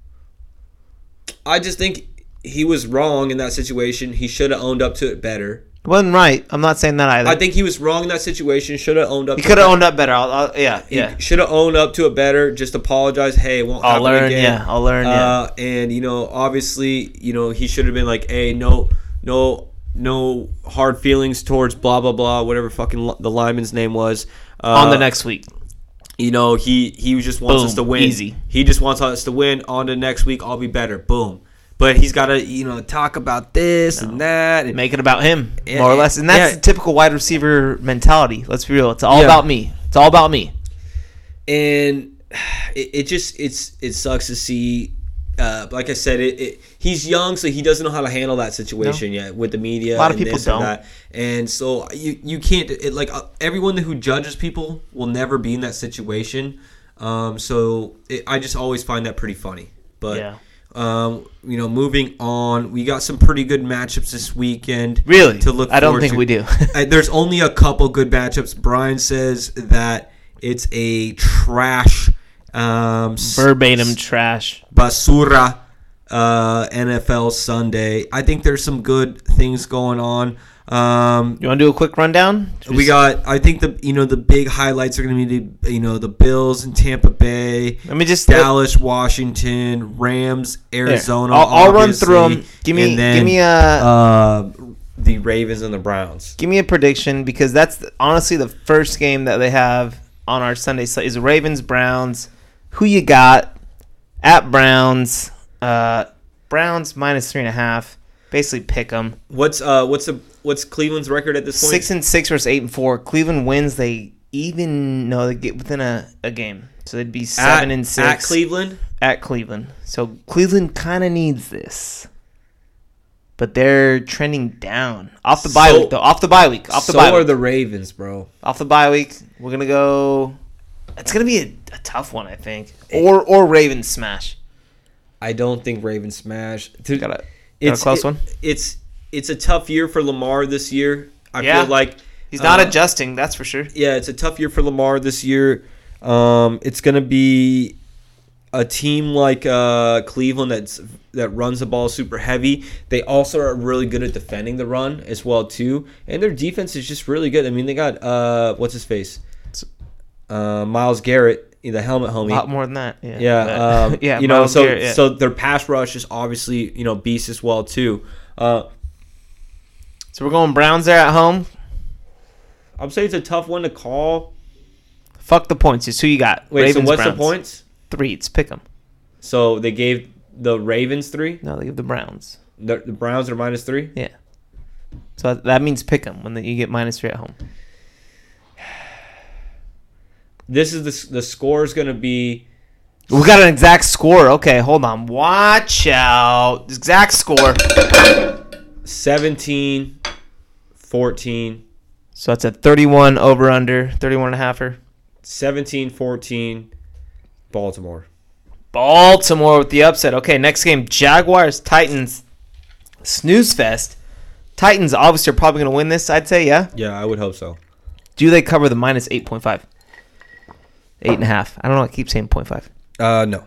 B: I just think he was wrong in that situation. He should have owned up to it better.
C: It wasn't right. I'm not saying that either.
B: I think he was wrong in that situation. Should have owned up.
C: he could have owned up better. I'll, I'll, yeah, yeah.
B: Should have owned up to it better. Just apologize. Hey, it won't
C: I'll
B: happen
C: learn.
B: again.
C: Yeah, I'll learn. Yeah.
B: Uh, and you know, obviously, you know, he should have been like, "Hey, no, no, no hard feelings towards blah blah blah, whatever fucking li- the lineman's name was." Uh,
C: on the next week.
B: you know, he he just wants
C: Boom.
B: us to win.
C: Easy.
B: He just wants us to win. On to next week, I'll be better. Boom. But he's got to you know talk about this and that. And,
C: Make it about him,
B: Yeah,
C: more or less. And
B: yeah.
C: that's the typical wide receiver mentality. Let's be real. It's all
B: Yeah.
C: about me. It's all about me.
B: and it, it just it's it sucks to see. Uh, like I said, it, it he's young, so he doesn't know how to handle that situation yet with the media.
C: A lot of
B: and
C: people
B: this and
C: don't.
B: that. and so you you can't it, like uh, everyone who judges people will never be in that situation. Um, so it, I just always find that pretty funny. But
C: Yeah.
B: um, you know, moving on, we got some pretty good matchups this weekend.
C: Really?
B: to look.
C: I don't
B: forward
C: think
B: to. (laughs)
C: we do.
B: I, there's only a couple good matchups. Brian says that it's a trash um, s-
C: Verbatim trash.
B: basura uh, NFL Sunday. I think there's some good things going on. Um,
C: You want to do a quick rundown?
B: we got. I think the you know the big highlights are going to be the you know the Bills and Tampa Bay.
C: Let me just
B: Dallas, Washington, Rams, Arizona.
C: I'll- I'll run through 'em.
B: obviously,
C: Give me-
B: and then,
C: give me a-
B: uh, the Ravens and the Browns.
C: Give me a prediction because that's the- honestly the first game that they have on our Sunday slate is Ravens Browns. Who you got at Browns? Uh, Browns minus three and a half. Basically, pick them
B: What's uh what's the what's Cleveland's record at this point?
C: six and six versus eight and four. Cleveland wins. They even no, they get within a, a game, so they'd be seven
B: at,
C: and six
B: at Cleveland.
C: at Cleveland. So Cleveland kind of needs this, but they're trending down off the bye
B: So-
C: week. Though off the bye week, off the
B: so
C: bye
B: are
C: week.
B: the Ravens, bro.
C: off the bye week. We're gonna go. It's gonna be a, a tough one, I think. Or or Ravens smash.
B: I don't think Ravens smash. Dude,
C: Got a- got a close
B: it-
C: one?
B: It's it's a tough year for Lamar this year. I
C: Yeah.
B: feel like
C: He's not
B: uh,
C: adjusting, that's for sure.
B: yeah, it's a tough year for Lamar this year. Um, it's gonna be a team like uh, Cleveland that's that runs the ball super heavy. They also are really good at defending the run as well too, and their defense is just really good. I mean, they got uh, what's his face, uh, Miles Garrett, the helmet homie.
C: A lot more than that. Yeah.
B: Yeah,
C: But-
B: um,
C: (laughs) yeah.
B: You know,
C: Miles
B: so
C: Garrett, yeah.
B: so their pass rush is obviously you know beast as well too. Uh,
C: So we're going Browns there at home.
B: I'm saying it's a tough one to call.
C: Fuck the points. It's who you got.
B: Wait, so what's the
C: Browns.
B: points?
C: Three. It's pick 'em.
B: So they gave the Ravens three.
C: No, they give the Browns.
B: The, the Browns are minus three.
C: Yeah. So that means pick 'em when you get minus three at home.
B: This is the s- the score is going to be.
C: We got an exact score. Okay, hold on. Watch out. Exact score.
B: 17 14
C: So that's a 31 over under, 31 and a halfer.
B: 17 14 Baltimore.
C: Baltimore with the upset. Okay, next game Jaguars, Titans. Snooze fest. Titans obviously are probably going to win this, I'd say, yeah.
B: Yeah, I would hope so.
C: Do they cover the minus 8.5? 8.5. I don't know. I keep saying 0.5.
B: Uh, no.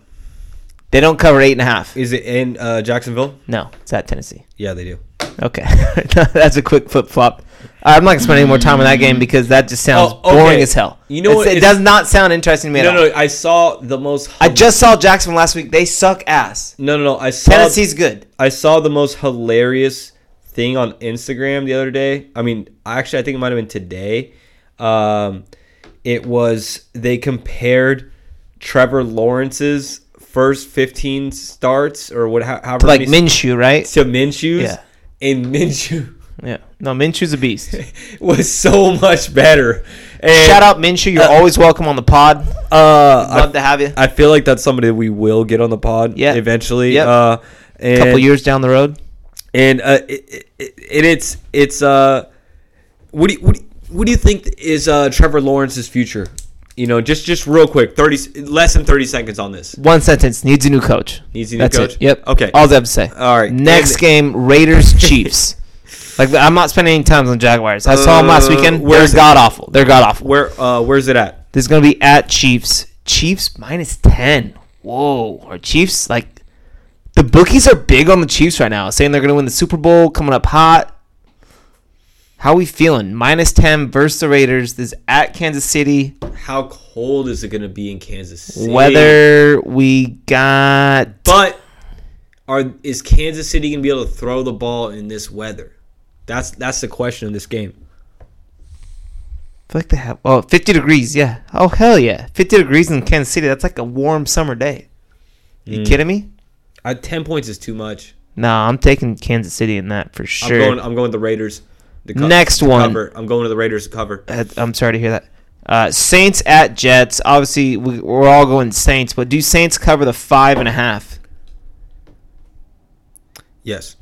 C: They don't cover 8.5.
B: Is it in uh, Jacksonville?
C: No, it's at Tennessee.
B: Yeah, they do.
C: Okay. (laughs) That's a quick flip flop. I'm not going to spend any more time on that game because that just sounds
B: Oh, okay.
C: boring as hell.
B: You know
C: It's-
B: what?
C: It
B: It's-
C: does not sound interesting to me at
B: No,
C: all.
B: no. I saw the most.
C: I just saw Jackson last week. They suck ass.
B: no, no, no. I saw
C: Tennessee's good.
B: I saw the most hilarious thing on Instagram the other day. I mean, actually, I think it might have been today. Um, it was they compared Trevor Lawrence's first 15 starts or what, how- however,
C: Like
B: many-
C: Minshew, right?
B: to Minshew's,
C: Yeah.
B: and Minshew
C: Yeah. No, Minshew's a beast.
B: (laughs) was so much better. And,
C: Shout out Minshew. You're
B: Uh,
C: always welcome on the pod.
B: Uh, I-
C: Love to have you.
B: I feel like that's somebody we will get on the pod
C: Yeah.
B: eventually.
C: Yep.
B: Uh,
C: A couple
B: and-
C: years down the road.
B: and uh, it, it, it, it's it's uh, what do you, what do you, what do you think is uh, Trevor Lawrence's future? You know, just just real quick, thirty s- less than thirty seconds on this.
C: One sentence. Needs a new coach.
B: Needs a new
C: That's
B: coach?
C: It. Yep.
B: Okay.
C: All I have to say.
B: All right.
C: Next
B: And-
C: game,
B: (laughs)
C: Raiders Chiefs. like I'm not spending any time on Jaguars. I saw them last
B: Uh,
C: weekend. They're
B: where's it?
C: god awful. They're god awful.
B: Where uh, where's it at?
C: This is gonna be at Chiefs. Chiefs minus ten. Whoa. Are Chiefs like the bookies are big on the Chiefs right now, saying they're gonna win the Super Bowl, coming up hot. How we feeling? Minus ten versus the Raiders. This is at Kansas City.
B: How cold is it going to be in Kansas City?
C: Whether we got
B: But are is Kansas City going to be able to throw the ball in this weather? That's that's the question of this game.
C: I feel like they have oh 50 degrees, yeah. Oh hell yeah. 50 degrees in Kansas City. That's like a warm summer day.
B: Mm.
C: You kidding me?
B: Uh, Ten points is too much.
C: No, I'm taking Kansas City in that for sure.
B: I'm going. I'm going the Raiders. The
C: Next
B: to
C: one.
B: Cover. I'm going to the Raiders to cover.
C: Uh, I'm sorry to hear that. Uh, Saints at Jets. Obviously, we, we're all going Saints, but do Saints cover the five and a half?
B: Yes.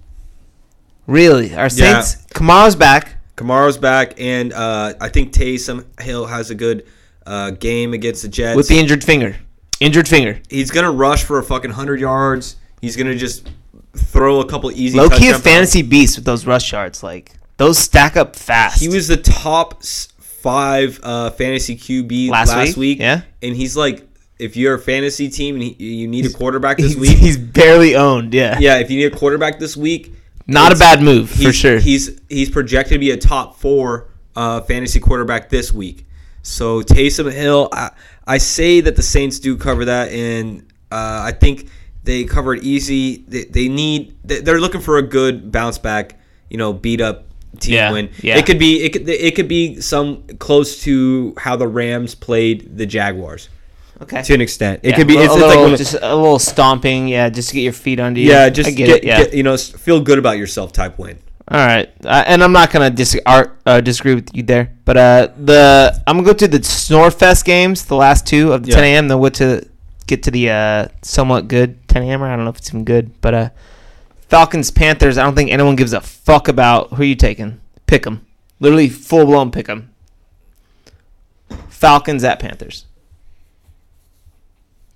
C: Really? Are
B: Yeah.
C: Saints? Kamara's back.
B: Kamara's back, and uh, I think Taysom Hill has a good uh, game against the Jets.
C: with the injured finger. Injured finger.
B: he's gonna rush for a fucking hundred yards. He's gonna just throw a couple easy.
C: Low key a
B: touchdown
C: fantasy beast with those rush yards. Like those stack up fast.
B: passes. He was the top s- five uh, fantasy QB
C: Last
B: last,
C: week?
B: week,
C: Yeah.
B: and he's like, if you're a fantasy team and he, you need a quarterback this
C: he's,
B: week,
C: (laughs) he's barely owned. Yeah.
B: yeah, if you need a quarterback this week,
C: Not a
B: it's-
C: bad move for
B: he's-
C: sure.
B: He's he's projected to be a top four uh, fantasy quarterback this week. So Taysom Hill, I, I say that the Saints do cover that, and uh, I think they cover it easy. They, they need they- they're looking for a good bounce back, you know, beat up team
C: Yeah,
B: win.
C: yeah.
B: It could be it could it could be some close to how the Rams played the Jaguars
C: okay.
B: to an extent. It
C: Yeah,
B: could be
C: a
B: it's,
C: little,
B: it's like one of-
C: just a little stomping. Yeah, just to get your feet under you.
B: yeah, just
C: I get,
B: get,
C: it. Yeah.
B: get, you know s- feel good about yourself type win.
C: All right, uh, and I'm not gonna dis- ar- uh, disagree with you there, but uh, the I'm gonna go to the Snorefest games, the last two of the
B: Yeah.
C: 10 a.m. Then what to get to the uh, somewhat good 10 a.m. or I don't know if it's even good, but uh, Falcons Panthers. I don't think anyone gives a fuck about who are you taking. Pick them, literally full blown pick them. Falcons at Panthers.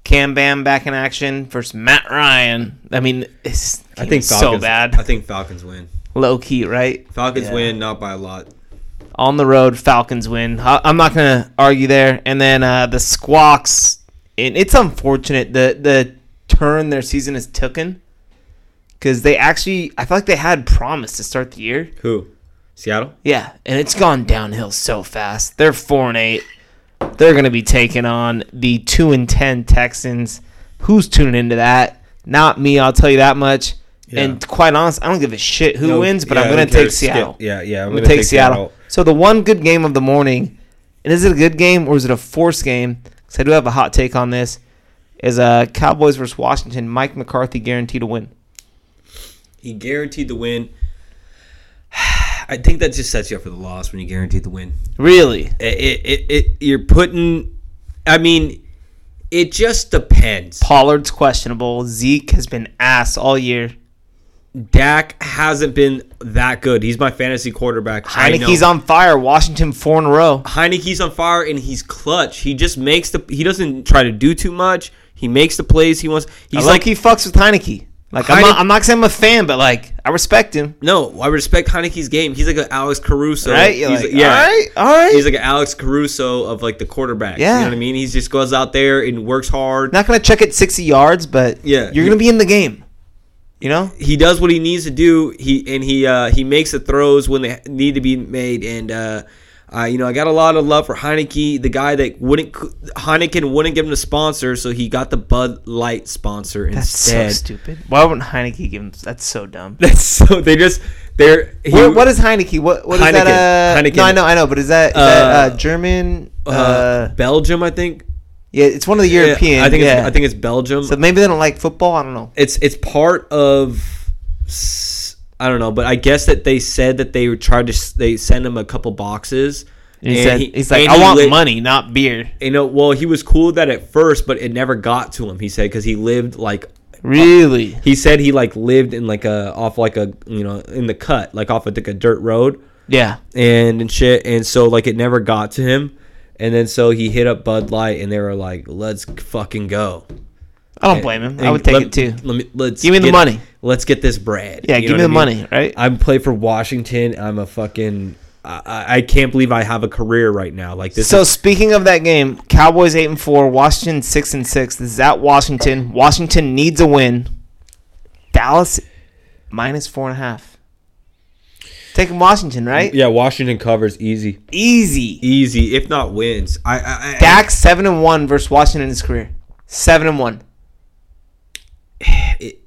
C: Cam Bam back in action versus Matt Ryan. I mean, it's
B: I think
C: so
B: Falcons,
C: bad,
B: I think Falcons win.
C: low key, right?
B: Falcons
C: Yeah.
B: win, not by a lot.
C: on the road falcons win I- i'm not gonna argue there and then uh, the squawks and it's unfortunate the the turn their season has taken because they actually i feel like they had promise to start the year
B: Who? Seattle?
C: yeah and it's gone downhill so fast they're four and eight they're gonna be taking on the two and ten texans who's tuning into that not me i'll tell you that much and quite honest i don't give a shit who wins but i'm gonna take seattle
B: Yeah, yeah. I'm
C: I'm gonna take Seattle. So the one good game of the morning, and is it a good game or is it a forced game? Because I do have a hot take on this. Is uh, Cowboys versus Washington? Mike McCarthy guaranteed to win.
B: He guaranteed the win. (sighs) I think that just sets you up for the loss when you guarantee the win.
C: Really?
B: It, it, it, it you're putting. I mean, it just depends.
C: Pollard's questionable. Zeke has been ass all year.
B: Dak hasn't been that good. He's my fantasy quarterback. I know.
C: Heineke's on fire. Washington four in a row.
B: Heineke's on fire and he's clutch. He just makes the. He doesn't try to do too much. He makes the plays he wants. He's
C: He's
B: like
C: like he fucks with Heineke. Like I'm,
B: Heinicke-
C: not, I'm not saying I'm a fan, but like I respect him.
B: No, I respect Heineke's game. He's like an Alex Caruso.
C: Right? You're
B: He's,
C: like,
B: yeah.
C: all right, all right.
B: He's like an Alex Caruso of like the quarterback.
C: Yeah.
B: You know what I mean? He just goes out there and works hard.
C: Not gonna check it 60 yards, but
B: Yeah,
C: you're
B: you-
C: gonna be in the game. You know?
B: he does what he needs to do. He and he uh, he makes the throws when they need to be made. And uh, uh, you know, I got a lot of love for Heineke, the guy that wouldn't Heineken wouldn't give him the sponsor, so he got the Bud Light sponsor
C: That's
B: instead.
C: so stupid. Why wouldn't Heineke give him? That's so dumb.
B: (laughs) That's so they just they're he,
C: Where- what is Heineke? What what is that? Uh,
B: Heineken. Heineken.
C: No, I know, I know, but is that, is that uh, German? Uh,
B: uh, Belgium, I think.
C: yeah, it's one of the
B: Yeah,
C: European. Yeah,
B: I think it's, I think it's Belgium.
C: so. Maybe they don't like football. I don't know.
B: it's it's part of s- I don't know, but I guess that they said that they tried to s- they sent him a couple boxes.
C: He
B: and
C: said,
B: he-
C: he's like,
B: and
C: I
B: he
C: want
B: li-
C: money, not beer.
B: You know, well, he was cool with that at first, but it never got to him. He said because he lived like
C: Really?
B: he said he like lived in like a off like a you know in the cut like off of like a dirt road
C: Yeah.
B: and and shit, and so like it never got to him. And then so he hit up Bud Light, and they were like, "Let's fucking go."
C: I don't blame him. I
B: And
C: would take
B: let-
C: it too.
B: Let me let's
C: Give me the
B: get-
C: money.
B: Let's get this bread.
C: Yeah,
B: You
C: give
B: know
C: me
B: what
C: the
B: I mean?
C: money, right?
B: I'm play for Washington. I'm a fucking. I- I, I can't believe I have a career right now. Like this.
C: So
B: is,
C: speaking of that game, Cowboys eight and four, Washington six and six. This is at Washington. Washington needs a win. Dallas minus four and a half. Taking Washington, right?
B: Yeah, Washington covers easy,
C: Easy.
B: easy, if not wins. I, I, I
C: Dak seven and one versus Washington in his career. Seven and one.
B: It-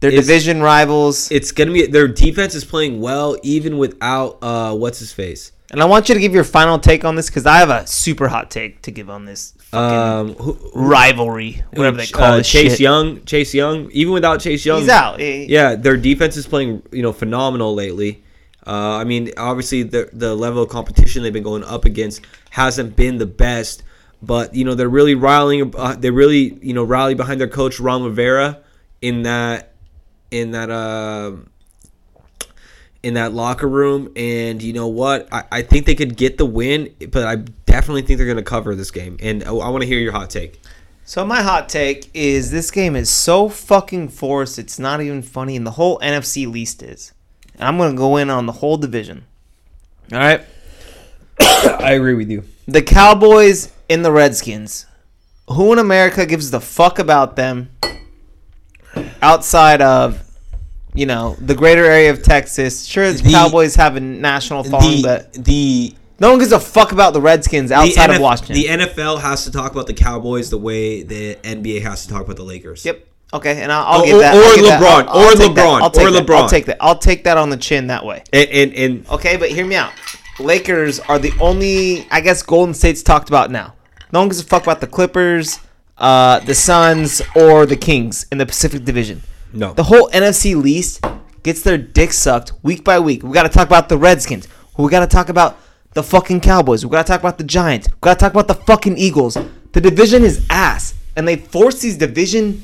C: They're
B: it's-
C: division rivals.
B: it's gonna be their defense is playing well even without uh what's his face.
C: and I want you to give your final take on this because I have a super hot take to give on this
B: Um, who, who-
C: rivalry, whatever they
B: uh,
C: call this
B: Chase
C: shit.
B: Young, Chase Young. Even without Chase Young,
C: He's out.
B: Yeah, their defense is playing you know phenomenal lately. Uh, I mean, obviously the the level of competition they've been going up against hasn't been the best, but you know they're really rallying. Uh, they really you know rally behind their coach Ron Rivera in that in that um in that locker room. And you know what? I, I think they could get the win, but I definitely think they're going to cover this game. And I, I want to hear your hot take.
C: So my hot take is this game is so fucking forced. It's not even funny, and the whole NFC least is. And I'm gonna go in on the whole division. All right.
B: (coughs) I agree with you.
C: the Cowboys and the Redskins. Who in America gives the fuck about them outside of, you know, the greater area of Texas? Sure, the,
B: The-
C: Cowboys have a national following,
B: The,
C: but
B: the
C: no one gives a fuck about the Redskins outside
B: NF
C: of Washington.
B: The NFL has to talk about the Cowboys the way the NBA has to talk about the Lakers.
C: yep. Okay, and I'll, I'll
B: Or-
C: give that.
B: or
C: I'll give that.
B: LeBron,
C: I'll- I'll
B: or
C: take that.
B: LeBron,
C: I'll take
B: or
C: that. I'll
B: LeBron.
C: take that. I'll take that on the chin that way.
B: And and, and
C: Okay, but hear me out. Lakers are the only, I guess, Golden State's talked about now. No one gives a fuck about the Clippers, uh, the Suns, or the Kings in the Pacific Division.
B: no.
C: The whole NFC least gets their dick sucked week by week. We got to talk about the Redskins. We got to talk about the fucking Cowboys. We got to talk about the Giants. We got to talk about the fucking Eagles. The division is ass, and they force these division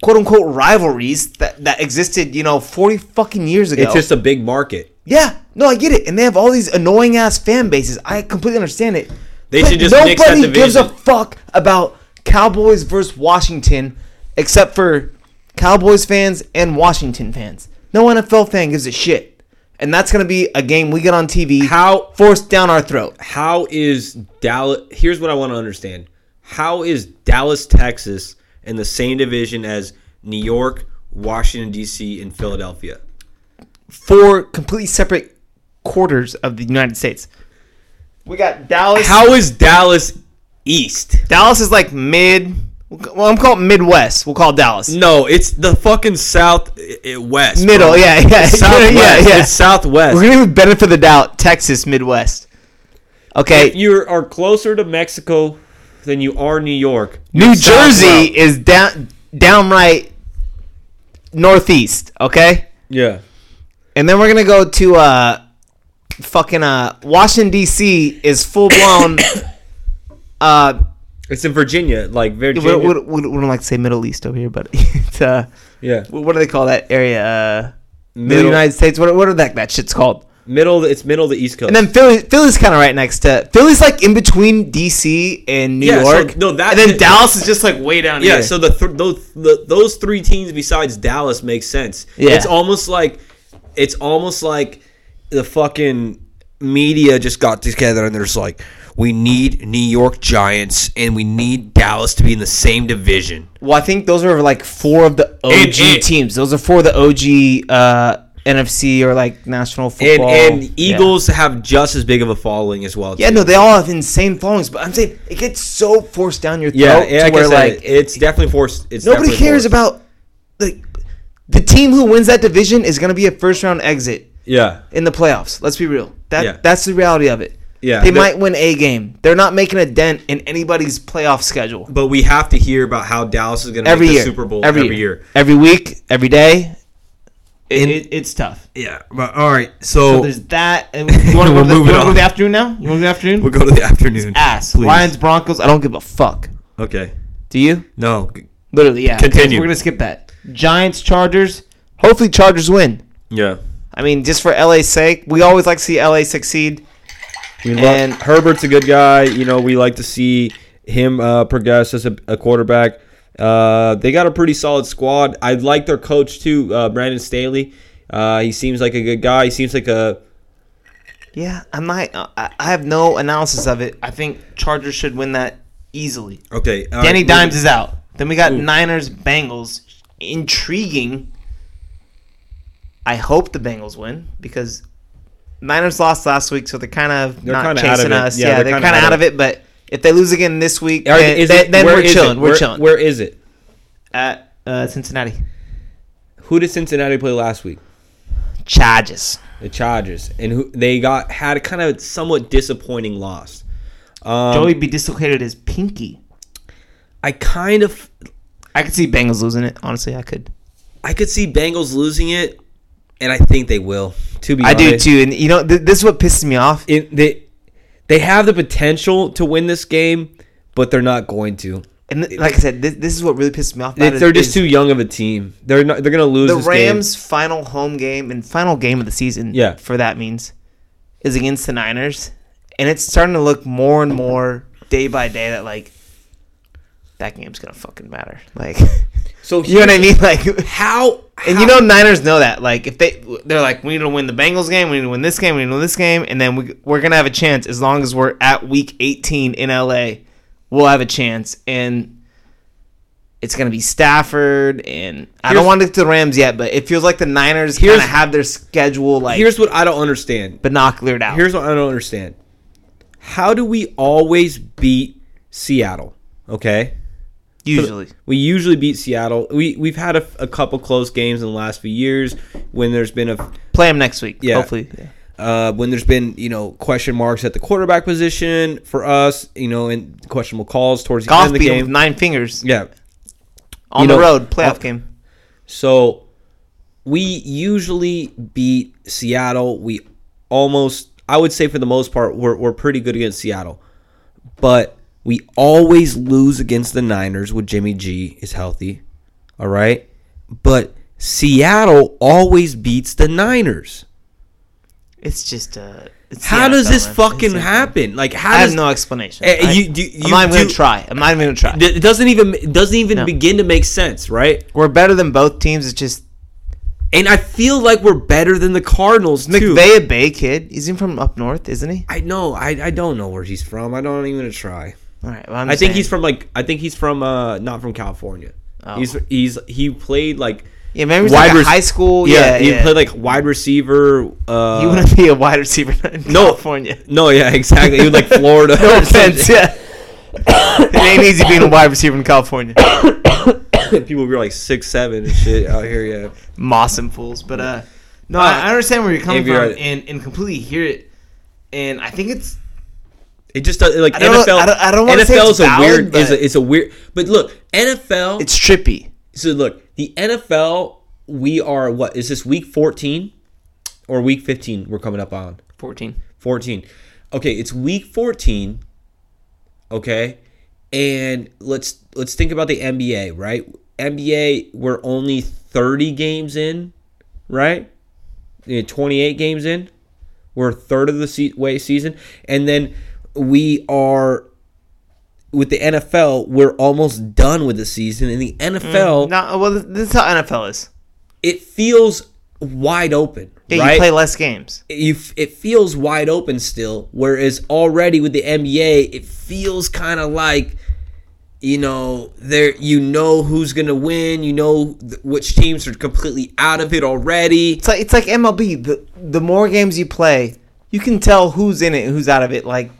C: quote unquote rivalries that, that existed, you know, forty fucking years ago.
B: it's just a big market.
C: Yeah, no, I get it, and they have all these annoying ass fan bases. I completely understand it.
B: They should just mix that
C: gives a
B: division.
C: fuck about Cowboys versus Washington, except for Cowboys fans and Washington fans. No NFL fan gives a shit, and that's gonna be a game we get on TV.
B: How-
C: forced down our throat?
B: How is Dallas? Here's what I want to understand. How is Dallas, Texas, in the same division as New York, Washington D.C., and Philadelphia?
C: Four completely separate quarters of the United States. We got Dallas.
B: How is Dallas East?
C: Dallas is like mid. Well, I'm calling Midwest. We'll call Dallas.
B: No, it's the fucking South i- i- West. bro.
C: Middle, yeah, yeah,
B: Southwest.
C: (laughs) yeah, yeah.
B: It's Southwest.
C: We're gonna give benefit of the doubt, Texas Midwest. Okay,
B: if you are closer to Mexico than you are New York.
C: New
B: you're
C: Jersey
B: Southwest.
C: is down, downright northeast. Okay,
B: Yeah.
C: and then we're gonna go to uh, fucking uh, Washington D.C. is full blown. (coughs) uh,
B: It's in Virginia, like Virginia.
C: would would would not like to say Middle East over here, but (laughs) it's uh,
B: yeah.
C: what do they call that area? Uh, middle
B: Middle-
C: United States. What what are that that shit's called?
B: Middle it's middle of the East Coast.
C: And then Philly, Philly's kind of right next to Philly's like in between DC and New
B: Yeah, so,
C: York.
B: no, that-
C: and then Dallas is just like way down
B: yeah,
C: here.
B: so the, th- those the, those three teams besides Dallas make sense.
C: Yeah.
B: It's almost like it's almost like the fucking media just got together and there's like we need New York Giants and we need Dallas to be in the same division.
C: well, I think those are like four of the OG
B: And- and-
C: teams. Those are four of the OG uh, NFC or like National
B: And
C: Football.
B: and Eagles have just as big of a following as well.
C: Yeah. yeah, no, they all have insane followings, but I'm saying it gets so forced down your throat
B: Yeah, yeah,
C: to
B: like I
C: where
B: said,
C: like
B: it's definitely forced. It's
C: nobody
B: definitely
C: cares
B: forced.
C: about like the team who wins that division is going to be a first round exit.
B: Yeah,
C: in the playoffs. Let's be real. That
B: Yeah.
C: that's the reality of it.
B: Yeah.
C: They
B: The-
C: might win a game. They're not making a dent in anybody's playoff schedule.
B: but we have to hear about how Dallas is going to
C: Every
B: make
C: year.
B: the Super Bowl
C: every, year. Every week, every day. It,
B: And-
C: it, it's tough.
B: Yeah, but all right.
C: So
B: So,
C: there's that. (laughs) And you want to
B: We're
C: go, to the-
B: moving
C: you wanna go to
B: on.
C: the afternoon now? You want to the afternoon?
B: we'll go to the afternoon.
C: Ass.
B: please.
C: Lions, Broncos. I don't give a fuck.
B: Okay.
C: Do you?
B: No.
C: Literally, yeah.
B: Continue.
C: We're gonna skip that. Giants, Chargers. Hopefully, Chargers win.
B: Yeah.
C: I mean, just for LA's sake, we always like to see LA succeed.
B: We
C: And-
B: love Herbert's a good guy. You know, we like to see him uh, progress as a, a quarterback. Uh, they got a pretty solid squad. I like their coach too, uh, Brandon Staley. Uh, he seems like a good guy. He seems like a
C: Yeah, I might. uh, I I have no analysis of it. I think Chargers should win that easily.
B: okay. all
C: Danny
B: right,
C: Dimes
B: moving-
C: is out. Then we got Niners Bengals. Intriguing. I hope the Bengals win because Niners lost last week, so they're kind of
B: They're
C: not
B: kinda out of it.
C: chasing us. Yeah, they're, kind of out of it. But if they lose again this week,
B: Are-
C: then,
B: is
C: then-
B: it-
C: then
B: where
C: we're
B: is it?
C: chilling. We're
B: Where-
C: chilling.
B: Where is it?
C: at uh, Cincinnati
B: Who did Cincinnati play last week?
C: Charges.
B: The Chargers, and who they got had a kind of somewhat disappointing loss. Um,
C: Joey be dislocated his pinky.
B: I kind of
C: I could see Bengals losing it. Honestly, I could.
B: I could see Bengals losing it, and I think they will. To be
C: I do
B: honest.
C: too. And you know, th- this is what pisses me off.
B: It, they they have the potential to win this game, but they're not going to.
C: And th- like I said, this, this is what really pisses me off. About
B: They-
C: it
B: they're just
C: is
B: too young of a team. They're not. They're gonna lose
C: The
B: this
C: Rams' final home game and final game of the season.
B: Yeah.
C: For that means is against the Niners, and it's starting to look more and more day by day that like that game's gonna fucking matter. Like, (laughs)
B: game. So
C: you know what I mean? Like.
B: How
C: And you know Niners know that. Like if they they're like we need to win the Bengals game, we need to win this game, we need to win this game, and then we we're gonna have a chance as long as we're at Week 18 in LA, we'll have a chance. And it's gonna be Stafford and I don't
B: Here's-
C: want to get to the Rams yet, but it feels like the Niners kind of
B: Here's-
C: have their schedule like
B: here's what I don't understand.
C: binoculared out.
B: Here's what I don't understand. How do we always beat Seattle? Okay.
C: usually
B: We usually beat Seattle. We we've had a, a couple close games in the last few years when there's been a
C: play them next week.
B: Yeah.
C: Hopefully,
B: uh, when there's been you know question marks at the quarterback position for us, you know, and questionable calls towards the
C: golf
B: end of
C: beat
B: the
C: 'em
B: game.
C: with nine fingers
B: yeah.
C: on
B: you
C: the
B: know,
C: road playoff
B: uh,
C: game.
B: So we usually beat Seattle. We almost, I would say for the most part, we're, we're pretty good against Seattle. But we always lose against the Niners when Jimmy G is healthy. All right. But Seattle always beats the Niners.
C: It's just uh, it's
B: How
C: the
B: does
C: NFL,
B: this
C: man.
B: fucking
C: It's-
B: happen? Like, how
C: I
B: does
C: have no explanation.
B: Eh,
C: I,
B: you- do-
C: I'm
B: you
C: not even gonna
B: do-
C: try. I'm not even gonna try.
B: it doesn't even it doesn't even
C: No.
B: begin to make sense, right?
C: We're better than both teams. It's just
B: And I feel like we're better than the Cardinals too.
C: McVay, a Bay kid. He's in from up north, isn't he?
B: I know. I, I don't know where he's from. I don't even try.
C: All right. Well, I'm
B: I
C: just
B: think
C: saying.
B: he's from like I think he's from uh not from California.
C: Oh.
B: He's he's he played like
C: Yeah, maybe he's
B: wide
C: like a
B: rec-
C: high school. Yeah,
B: he
C: yeah.
B: played like wide receiver. Uh,
C: (laughs) you want to be a wide receiver in
B: (laughs) No.
C: California?
B: no, yeah, exactly. He was like Florida.
C: (laughs) No
B: (laughs)
C: offense. Yeah. it ain't easy being a wide receiver in California. (coughs)
B: People were like six seven and shit out here. Yeah,
C: Moss and fools, but uh, no, I, I understand where you're coming
B: If you're
C: from
B: right.
C: and and completely hear it. And I think it's
B: it just does like
C: I don't know-
B: NFL.
C: I don't- I don't wanna say
B: NFL
C: it's
B: is a
C: valid,
B: weird. Is
C: but-
B: a, it's a weird. But look, NFL.
C: it's trippy.
B: so look, the NFL. We are what is this week fourteen or week fifteen? We're coming up on.
C: Fourteen.
B: 14. Okay, it's week 14. Okay? And let's let's think about the NBA, right? NBA we're only 30 games in, right? Yeah, 28 games in. We're a third of the se- way season and then we are with the NFL, we're almost done with the season and the NFL
C: Mm, No, well, th- this is how NFL is.
B: it feels wide open,
C: Yeah,
B: right?
C: you play less games.
B: you f- it feels wide open still whereas already with the NBA it feels kind of like you know there you know who's going to win you know th- which teams are completely out of it already
C: It's like it's like MLB. The the more games you play, you can tell who's in it and who's out of it. Like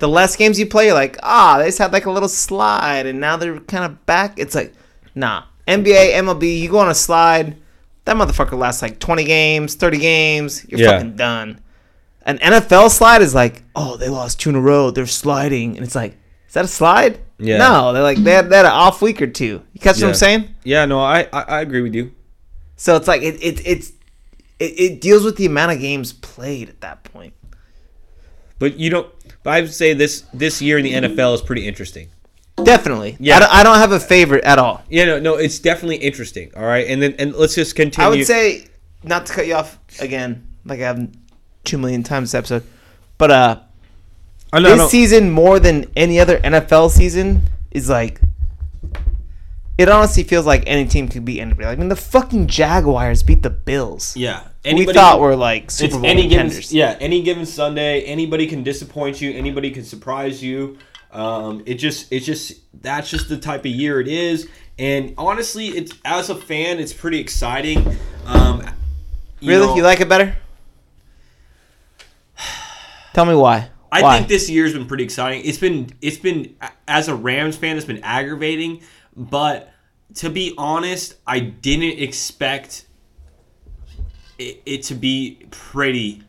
C: the less games you play, you're like, ah, they just had like a little slide and now they're kind of back. It's like, nah. NBA, MLB, you go on a slide, that motherfucker lasts like twenty games, thirty games, you're
B: Yeah.
C: fucking done. An NFL slide is like, oh, they lost two in a row, they're sliding, and it's like, is that a slide?
B: Yeah.
C: No, they're like they had, they had an off week or two. You catch what I'm
B: Yeah.
C: saying?
B: yeah no i i, I agree with you
C: So it's like it, it it's it, it deals with the amount of games played at that point.
B: but you don't but i would say this this year in the NFL is pretty interesting
C: Definitely. Yeah.
B: Yeah.
C: I don't, I don't have a favorite at all.
B: yeah no no it's definitely interesting all right and then and let's just continue
C: I would say not to cut you off again, like I have two million times this episode, but uh,
B: I know, I
C: this
B: know.
C: season more than any other NFL season is like. It honestly feels like any team could beat anybody. Like when the fucking Jaguars beat the Bills,
B: yeah
C: we
B: Anybody-
C: thought were like Super Bowl
B: any given,
C: contenders.
B: yeah, any given Sunday, anybody can disappoint you. Anybody can surprise you. Um, it just, it's just that's just the type of year it is. And honestly, it's as a fan, it's pretty exciting. Um, you
C: really,
B: know,
C: you like it better? (sighs) Tell me why.
B: I
C: Why?
B: think this year's been pretty exciting. It's been it's been as a Rams fan, it's been aggravating, but to be honest, I didn't expect it, it to be pretty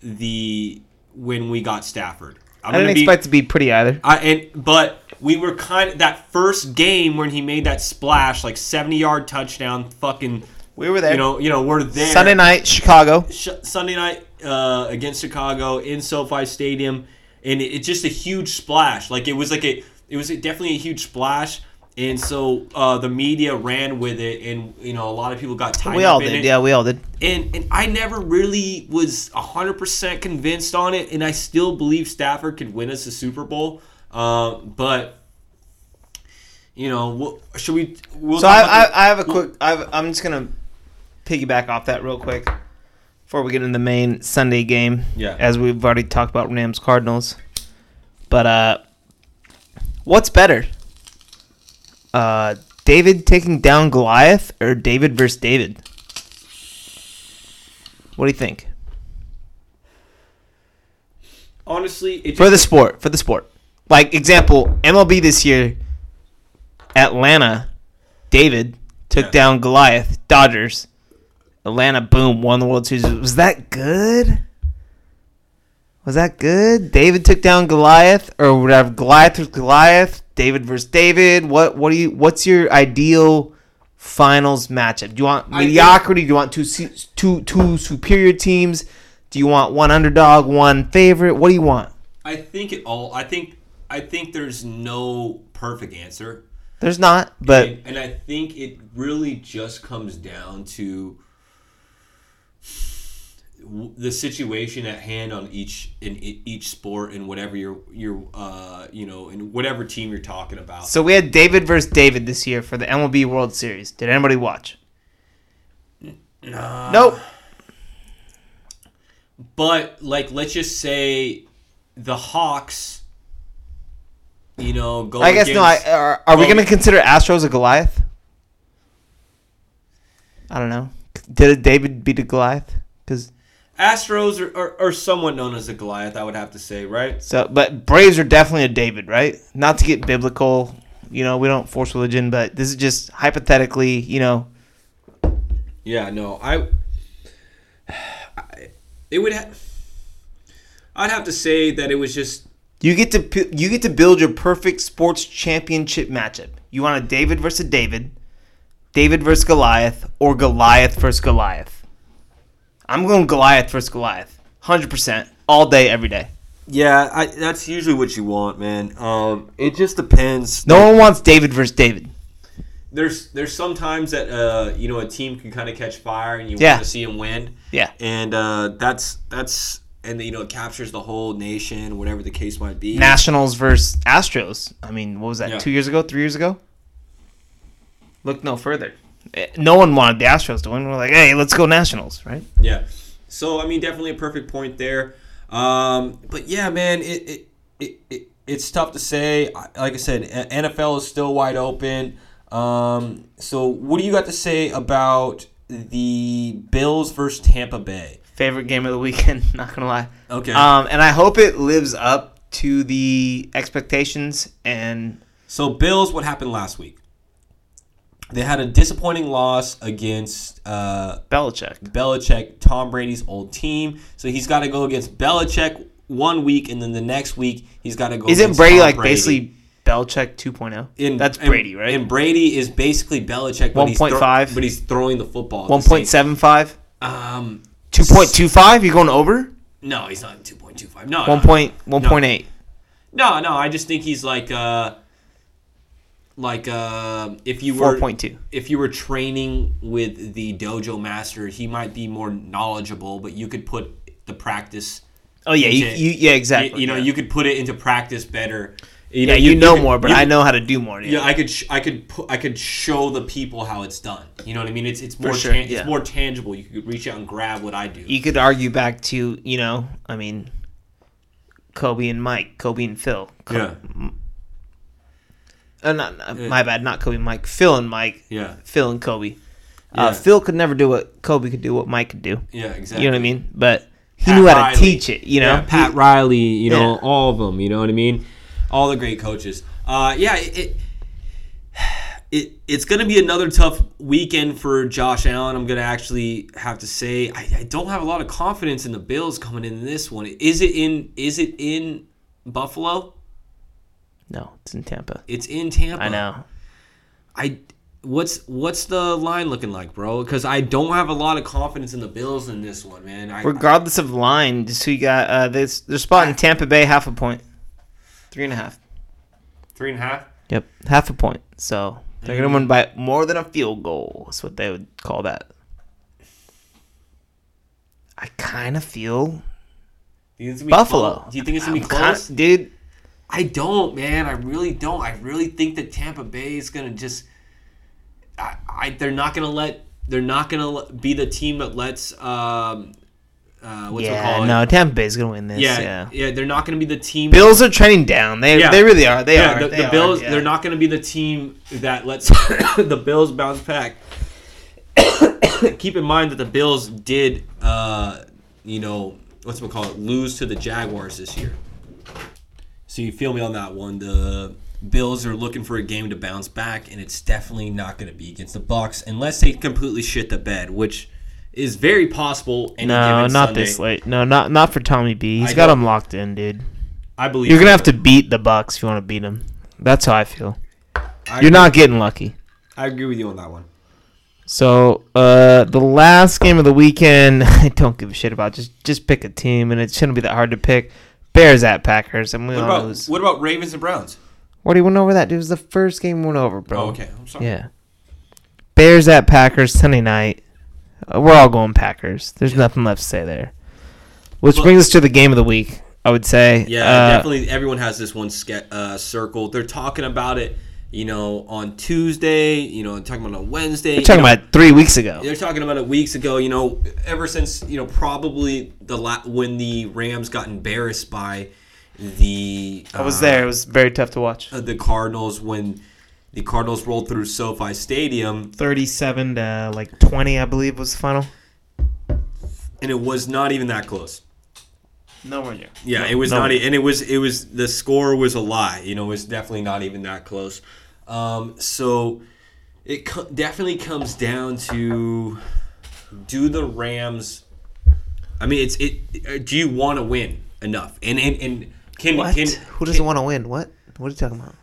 B: the when we got Stafford. I'm
C: I didn't
B: gonna be-
C: expect to be pretty either.
B: I and but we were kind of that first game when he made that splash, like seventy yard touchdown, fucking.
C: We were there.
B: You know, you know, we're there.
C: Sunday night, Chicago.
B: Sh- Sunday night uh, against Chicago in SoFi Stadium, and it, it's just a huge splash. Like it was like a, it was definitely a huge splash. And so uh, the media ran with it, and you know a lot of people got tied
C: We
B: up
C: all
B: in
C: did.
B: it
C: Yeah, we all did.
B: and and I never really was hundred percent convinced on it, and I still believe Stafford could win us the Super Bowl. Uh, but you know, we'll, should we? We'll
C: So
B: talk
C: I,
B: about
C: I, I have a quick. I have, I'm just gonna piggyback off that real quick before we get into the main Sunday game.
B: Yeah.
C: As we've already talked about Rams Cardinals, but uh, what's better? Uh, David taking down Goliath or David versus David? What do you think
B: the- honestly, it just,
C: for the sport? For the sport, like example MLB this year, Atlanta, David took
B: Yeah.
C: down Goliath Dodgers. Atlanta, boom, won the World Series. Was that good? Was that good? David took down Goliath, or whatever. Goliath versus Goliath. David versus David. What? What do you? What's your ideal finals matchup? Do you want
B: think-
C: mediocrity? Do you want two se- two two superior teams? Do you want one underdog, one favorite? What do you want?
B: I think it all. I think I think there's no perfect answer,
C: There's not, but
B: and, and I think it really just comes down to w- the situation at hand on each in e- each sport and whatever your your uh you know in whatever team you're talking about.
C: so we had David versus David this year for the MLB World Series. Did anybody watch? No. Nope.
B: but like, let's just say the Hawks, you know, go.
C: I guess no. I, uh,
B: against-
C: are are we
B: Oh.
C: going to consider Astros a Goliath? I don't know. Did David beat a Goliath? Because
B: Astros are, are, are somewhat known as a Goliath. I would have to say, right?
C: so, but Braves are definitely a David, right? Not to get biblical, you know, we don't force religion, but this is just hypothetically, you know.
B: Yeah, no, I, (sighs) I- it would. Ha- I'd have to say that it was just
C: You get to p- you get to build your perfect sports championship matchup. You want a David versus David, David versus Goliath, or Goliath versus Goliath. I'm going Goliath versus Goliath, hundred percent, all day, every day.
B: yeah. I that's usually what you want, man. Um, it just depends.
C: No one wants David versus David.
B: there's there's sometimes that uh you know a team can kind of catch fire and you
C: Yeah.
B: want to see them win.
C: Yeah.
B: and uh, that's that's and you know it captures the whole nation, whatever the case might be.
C: Nationals versus Astros. I mean, what was that?
B: Yeah.
C: Two years ago? Three years ago? Look no further. Eh, No one wanted the Astros to win. We're like, hey, let's go Nationals, right?
B: Yeah. So I mean, definitely a perfect point there. Um, but yeah, man, it it, it, it it's tough to say. I- Like I said, a- NFL is still wide open. Um, so what do you got to say about the Bills versus Tampa Bay?
C: Favorite game of the weekend. (laughs) Not gonna lie.
B: Okay.
C: Um, and I hope it lives up to the expectations. And
B: So Bills, what happened last week? They had a disappointing loss against. Uh,
C: Belichick.
B: Belichick, Tom Brady's old team. So he's got to go against Belichick one week, and then the next week he's got to go.
C: Isn't
B: against
C: Brady
B: Tom
C: like basically Belichick 2.0?
B: And-
C: That's
B: and-
C: Brady, right?
B: And Brady is basically Belichick, but he's thro-
C: 1.5.
B: but he's throwing the football. at the
C: One point seven five.
B: same- Um,
C: 2.25? You're going over?
B: no, he's not two point two five. No,
C: One
B: no,
C: point one point eight.
B: No, no, I just think he's like, uh, like uh, if you were
C: 4.2.
B: if you were training with the dojo master, he might be more knowledgeable, but you could put the practice.
C: Oh yeah, you,
B: into-
C: you yeah exactly.
B: You, you know,
C: yeah.
B: you could put it into practice better.
C: yeah, you, know
B: could-
C: more, but
B: you-
C: I know how to do more.
B: Yeah, I could, sh- I could, pu- I could show the people how it's done. You know what I mean? It's it's more
C: sure,
B: tan-
C: yeah.
B: it's more tangible. You could reach out and grab what I do.
C: you could argue back to you know, I mean, Kobe and Mike, Kobe and Phil. Co-
B: yeah,
C: uh, not, not- my bad, not Kobe, and Mike, Phil and Mike.
B: yeah,
C: Phil and Kobe.
B: Yeah.
C: Uh, Phil could never do what Kobe could do, what Mike could do.
B: yeah, exactly.
C: You know what I mean? But he knew how to teach it, you know?
B: Yeah, Pat Riley, you know,
C: Yeah.
B: all of them. You know what I mean? All the great coaches. Uh, yeah, it, (sighs) it it's gonna be another tough weekend for Josh Allen. I'm gonna actually have to say I, I don't have a lot of confidence in the Bills coming in this one. Is it in? Is it in Buffalo?
C: No, it's in Tampa.
B: It's in Tampa.
C: I know.
B: I what's what's the line looking like, bro? Because I don't have a lot of confidence in the Bills in this one, man. I,
C: Regardless of line, just who you got uh this their spot in Tampa Bay half a point. Three and a half.
B: three and a half.
C: Yep. Half a point. So they're
B: Mm-hmm.
C: gonna win by more than a field goal, is what they would call that. I kinda feel
B: Do you think it's gonna be
C: Buffalo.
B: close? Do you think it's gonna be
C: I'm kinda-
B: close?
C: dude?
B: I don't, man. I really don't. I really think that Tampa Bay is gonna just. I, I they're not gonna let they're not gonna le- be the team that lets um uh what's it
C: Yeah,
B: called
C: no, Tampa Bay's gonna win this.
B: yeah,
C: Yeah.
B: yeah they're not gonna be the team
C: Bills are trending down. They
B: Yeah.
C: they really are. They
B: yeah
C: are.
B: the,
C: They
B: the
C: are,
B: Bills
C: yeah.
B: they're not gonna be the team that lets (coughs) the Bills bounce back. (coughs) Keep in mind that the Bills did uh you know what's it called lose to the Jaguars this year. So you feel me on that one. The Bills are looking for a game to bounce back, and it's definitely not going to be against the Bucks unless they completely shit the bed, which is very possible. Any
C: No,
B: given
C: not
B: Sunday.
C: this late. No, not not for Tommy B. He's
B: I
C: got
B: don't-
C: him locked in, dude.
B: I believe
C: You're gonna have to beat the Bucks if you want to beat them. That's how I feel.
B: I,
C: You're not getting lucky.
B: I agree with you on that one.
C: So uh, the last game of the weekend, (laughs) I don't give a shit about. Just just pick a team, and it shouldn't be that hard to pick. Bears at Packers, and we
B: What
C: all
B: about
C: lose.
B: what about Ravens and Browns?
C: Already went over that. Dude, it was the first game we went over, bro.
B: Oh, okay. I'm sorry.
C: Yeah. Bears at Packers Sunday night. Uh, We're all going Packers. There's nothing left to say there. Which
B: Well-
C: brings us to the game of the week. I would say.
B: Yeah,
C: Uh,
B: definitely. Everyone has this one ske- uh, circle. They're talking about it, you know, on Tuesday. You know, talking about it on Wednesday.
C: We're talking
B: you know,
C: about three weeks ago.
B: They're talking about it weeks ago. You know, ever since you know probably the la- when the Rams got embarrassed by the uh,
C: I was there. It was very tough to watch.
B: the Cardinals when the Cardinals rolled through SoFi Stadium,
C: Thirty-seven to like twenty, I believe, was the final.
B: and it was not even that close.
C: Nowhere near.
B: Yeah, it was
C: no.
B: not, e- and it was it was the score was a lie. You know, it was definitely not even that close. Um, so it co- definitely comes down to do the Rams. I mean, it's it. uh, Do you want to win enough? And and and can
C: What?
B: can
C: Who doesn't want to win? What? What are you talking about?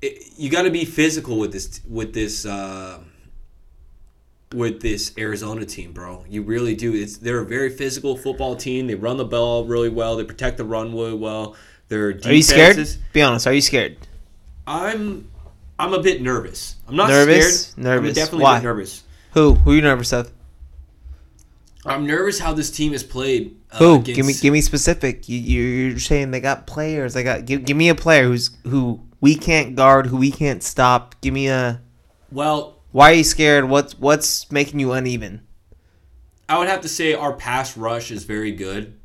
B: it- you got to be physical with this with this uh, with this Arizona team, bro. You really do. It's they're a very physical football team. They run the ball really well. They protect the run really well. Their defenses,
C: Are you scared? Be honest. Are you scared?
B: I'm I'm a bit nervous. I'm not
C: Nervous?
B: scared. I'm
C: Nervous.
B: definitely a
C: Why?
B: bit nervous.
C: Who? Who are you nervous of?
B: I'm nervous how this team is played. Uh,
C: Who?
B: against-
C: Give me. Give me specific. You, you, you're saying they got players. They got. Give, give me a player who's who we can't guard. Who we can't stop. Give me a.
B: Well,
C: Why are you scared? What's What's making you uneven?
B: I would have to say our pass rush is very good.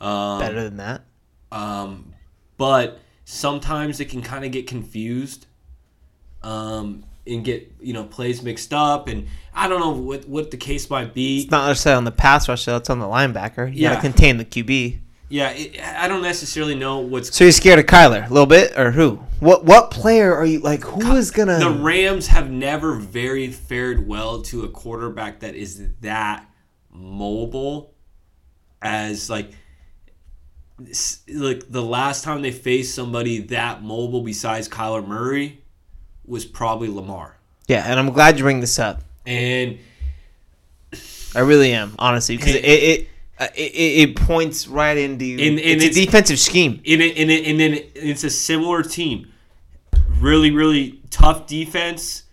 B: Um,
C: Better than that.
B: um, but sometimes it can kind of get confused um, and get you know plays mixed up, and I don't know what what the case might be.
C: It's not necessarily on the pass rush. though. It's on the linebacker. You
B: Yeah.
C: gotta contain the QB.
B: yeah, it, I don't necessarily know what's.
C: So you're scared of Kyler a little bit, or who? What What player are you like? Who is gonna?
B: The Rams have never very fared well to a quarterback that is that mobile as like s- like the last time they faced somebody that mobile besides Kyler Murray was probably Lamar.
C: yeah, and I'm glad you bring this up.
B: And
C: I really am, honestly, because it
B: And-
C: it, uh, it it it points right into
B: And- and
C: it's,
B: it's-
C: a defensive scheme.
B: in it, in it, and then it's a similar team. Really, really tough defense.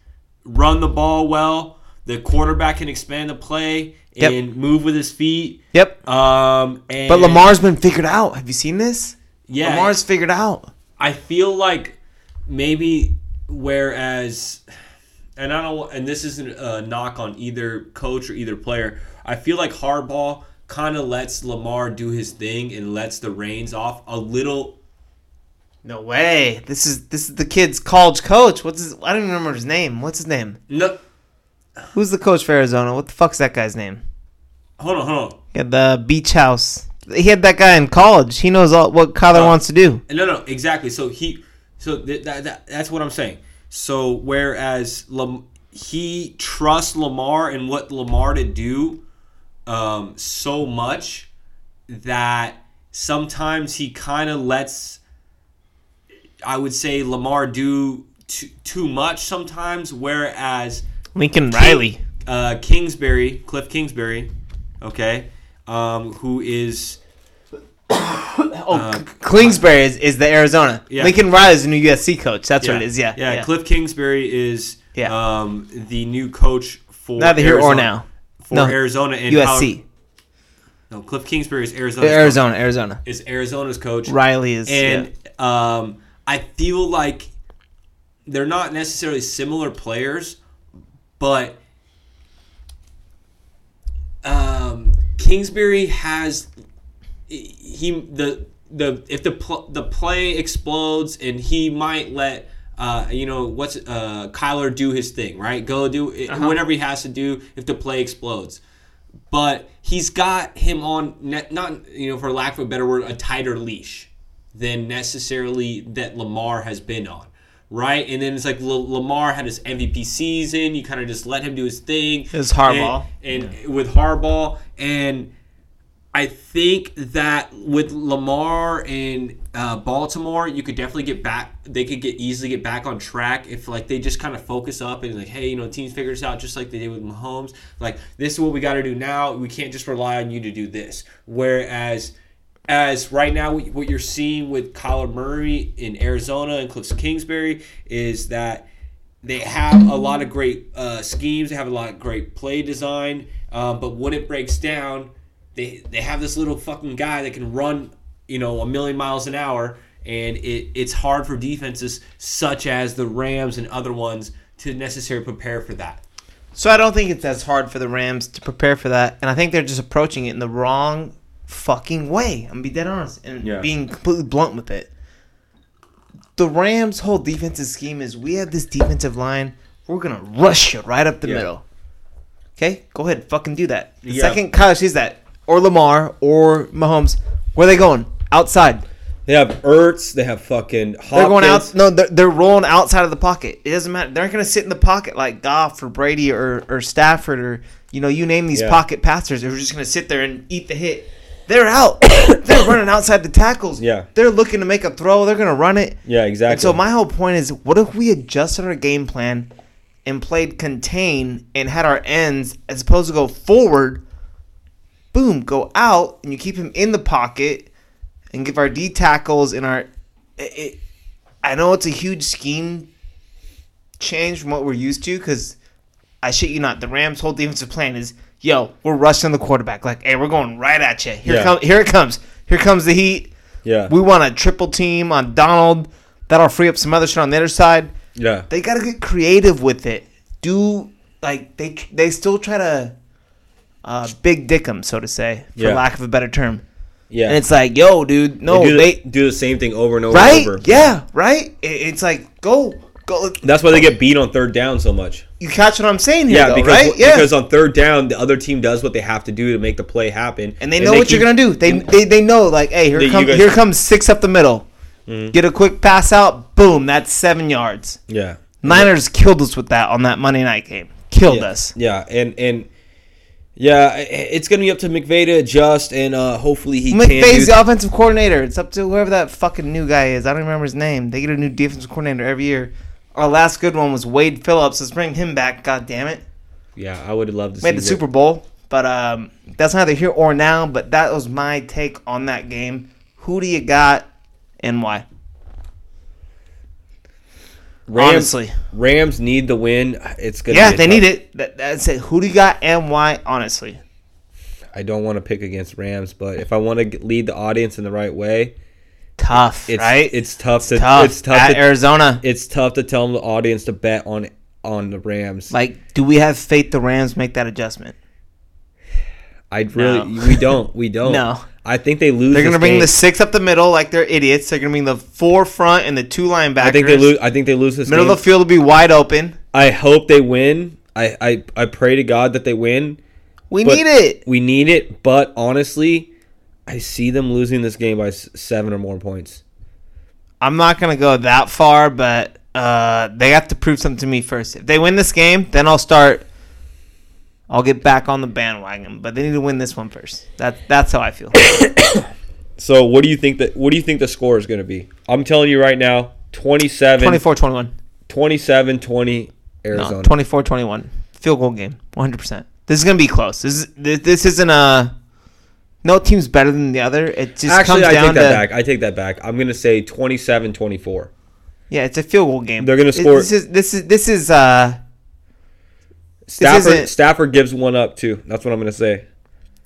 B: Run the ball well. The quarterback can expand the play
C: Yep.
B: and move with his feet.
C: Yep.
B: Um, and
C: But Lamar's been figured out. Have you seen this?
B: yeah,
C: Lamar's figured out.
B: I feel like maybe whereas, and I don't, and this isn't a knock on either coach or either player. I feel like Harbaugh kind of lets Lamar do his thing and lets the reins off a little.
C: No way. This is this is the kid's college coach. What's his? I don't even remember his name. What's his name?
B: No,
C: Who's the coach for Arizona? What the fuck's that guy's name?
B: hold on, hold on.
C: Yeah, the beach house. he had that guy in college. He knows all, what Kyler
B: Uh,
C: wants to do.
B: No, no, exactly. So he, so th- that, that that's what I'm saying. So whereas Lam- he trusts Lamar and what Lamar to do, um, so much that sometimes he kind of lets, I would say Lamar do too, too much sometimes. Whereas
C: Lincoln Riley.
B: uh, Kingsbury, Cliff Kingsbury, okay, um, who is
C: Kingsbury is, is the Arizona.
B: Yeah.
C: Lincoln Riley is the new USC coach. That's what it is. Yeah.
B: Yeah. Cliff Kingsbury is
C: Yeah.
B: um, the new coach for
C: Neither here or
B: Arizona-
C: now.
B: for
C: No,
B: Arizona and
C: USC.
B: how- no, Cliff Kingsbury is Arizona's
C: Arizona. Arizona.
B: coach, is Arizona's coach.
C: Riley is.
B: And um, I feel like they're not necessarily similar players, but um, Kingsbury has he the the if the pl- the play explodes and he might let uh, you know what's uh, Kyler do his thing right go do it, whatever he has to do if the play explodes but he's got him on net, not you know for lack of a better word a tighter leash than necessarily that Lamar has been on right and then it's like L- Lamar had his MVP season you kind of just let him do his thing
C: was Harbaugh.
B: and, and with Harbaugh and I think that with Lamar and uh, Baltimore, you could definitely get back. They could get easily get back on track if like they just kind of focus up and like, hey, you know, teams figure this out just like they did with Mahomes. Like this is what we got to do now. We can't just rely on you to do this. Whereas, as right now, what what you're seeing with Kyler Murray in Arizona and Cliff Kingsbury is that they have a lot of great uh, schemes. They have a lot of great play design. Um, but when it breaks down, they they have this little fucking guy that can run, you know, a million miles an hour, and it, it's hard for defenses such as the Rams and other ones to necessarily prepare for that.
C: So I don't think it's as hard for the Rams to prepare for that, and I think they're just approaching it in the wrong fucking way. I'm gonna be dead honest and
B: Yeah.
C: being completely blunt with it. The Rams' whole defensive scheme is we have this defensive line, we're gonna rush you right up the
B: Yeah.
C: middle. Okay, go ahead, fucking do that. The
B: Yeah.
C: second Kyle sees that, or Lamar, or Mahomes, where are they going? Outside.
B: They have Ertz. They have fucking. Hopkins.
C: They're going out. No, they're, they're rolling outside of the pocket. It doesn't matter. They're not going to sit in the pocket like Goff or Brady or, or Stafford or you know you name these
B: Yeah.
C: pocket passers. They're just going to sit there and eat the hit. They're out. (coughs) they're running outside the tackles.
B: Yeah.
C: They're looking to make a throw. They're going to run it.
B: Yeah,
C: And so my whole point is, what if we adjusted our game plan and played contain and had our ends as opposed to go forward? Boom, go out and you keep him in the pocket and give our D tackles and our. It, it, I know it's a huge scheme change from what we're used to because I shit you not, the Rams' whole defensive plan is, yo, we're rushing the quarterback. Like, hey, we're going right at you. Here
B: Yeah.
C: come, here it comes. Here comes the heat.
B: yeah.
C: We want a triple team on Donald. That'll free up some other shit on the other side.
B: yeah.
C: They got to get creative with it. Do like they they still try to uh, big dick 'em, so to say, for
B: Yeah.
C: lack of a better term.
B: Yeah.
C: And it's like, yo, dude, no,
B: do, the,
C: they,
B: do the same thing over and over.
C: right?
B: And over.
C: Yeah, right. It, it's like go go.
B: That's why they get beat on third down so much.
C: You catch what I'm saying here?
B: Yeah,
C: though,
B: because
C: right? Yeah.
B: because on third down, the other team does what they have to do to make the play happen,
C: and they know what
B: keep-
C: you're gonna do. They they, they know like, hey,
B: That
C: here
B: you
C: comes
B: guys- Mm-hmm.
C: here comes six up the middle. Get a quick pass out, boom, that's seven yards.
B: Yeah,
C: Niners killed us with that on that Monday night game. Killed
B: yeah.
C: us.
B: Yeah, and and yeah, i- i- it's gonna be up to McVay to adjust, and uh, hopefully he can. Do
C: McVay's the offensive coordinator. It's up to whoever that fucking new guy is. I don't remember his name. They get a new defensive coordinator every year. Our last good one was Wade Phillips. Let's bring him back. God damn it.
B: yeah, I would love to see
C: Made the Super Bowl, but um, that's neither here or now. But that was my take on that game. Who do you got and why?
B: Rams,
C: honestly.
B: Rams need the win. It's gonna.
C: Yeah,
B: be a
C: they
B: tough-
C: need it. That, that's it. Who do you got and why? Honestly,
B: I don't want to pick against Rams, but if I want to lead the audience in the right way,
C: tough,
B: it's
C: right?
B: it's tough to
C: tough.
B: it's tough
C: at
B: to,
C: Arizona.
B: it's tough to tell the audience to bet on on the Rams.
C: like, do we have faith the Rams make that adjustment?
B: I really
C: No.
B: we don't
C: (laughs)
B: we don't.
C: No.
B: I think they lose.
C: They're gonna
B: this
C: bring
B: game.
C: the six up the middle like they're idiots. They're gonna bring the four front and the two linebackers.
B: I think they lose. I think they lose this
C: Middle
B: game.
C: of the field will be wide open.
B: I hope they win. I, I I pray to God that they win.
C: We
B: But
C: need it.
B: We need it. But honestly, I see them losing this game by s- seven or more points.
C: I'm not gonna go that far, but uh, they have to prove something to me first. If they win this game, then I'll start. I'll get back on the bandwagon, but they need to win this one first. That that's how I feel.
B: So what do you think that what do you think the score is going to be? I'm telling you right now, 27
C: 24-21.
B: 27 20 Arizona.
C: No, 24-21. Field goal game, 100%. This is gonna be close. This is this, this isn't a no team's better than the other. It just
B: Actually,
C: comes
B: I
C: down
B: take that
C: to
B: back. I take that back. I'm going to say 27 24.
C: yeah, it's a field goal game.
B: They're gonna
C: It-
B: score-
C: This is this is this is uh.
B: Stafford
C: isn't-
B: Stafford gives one up too. That's what I'm going to say.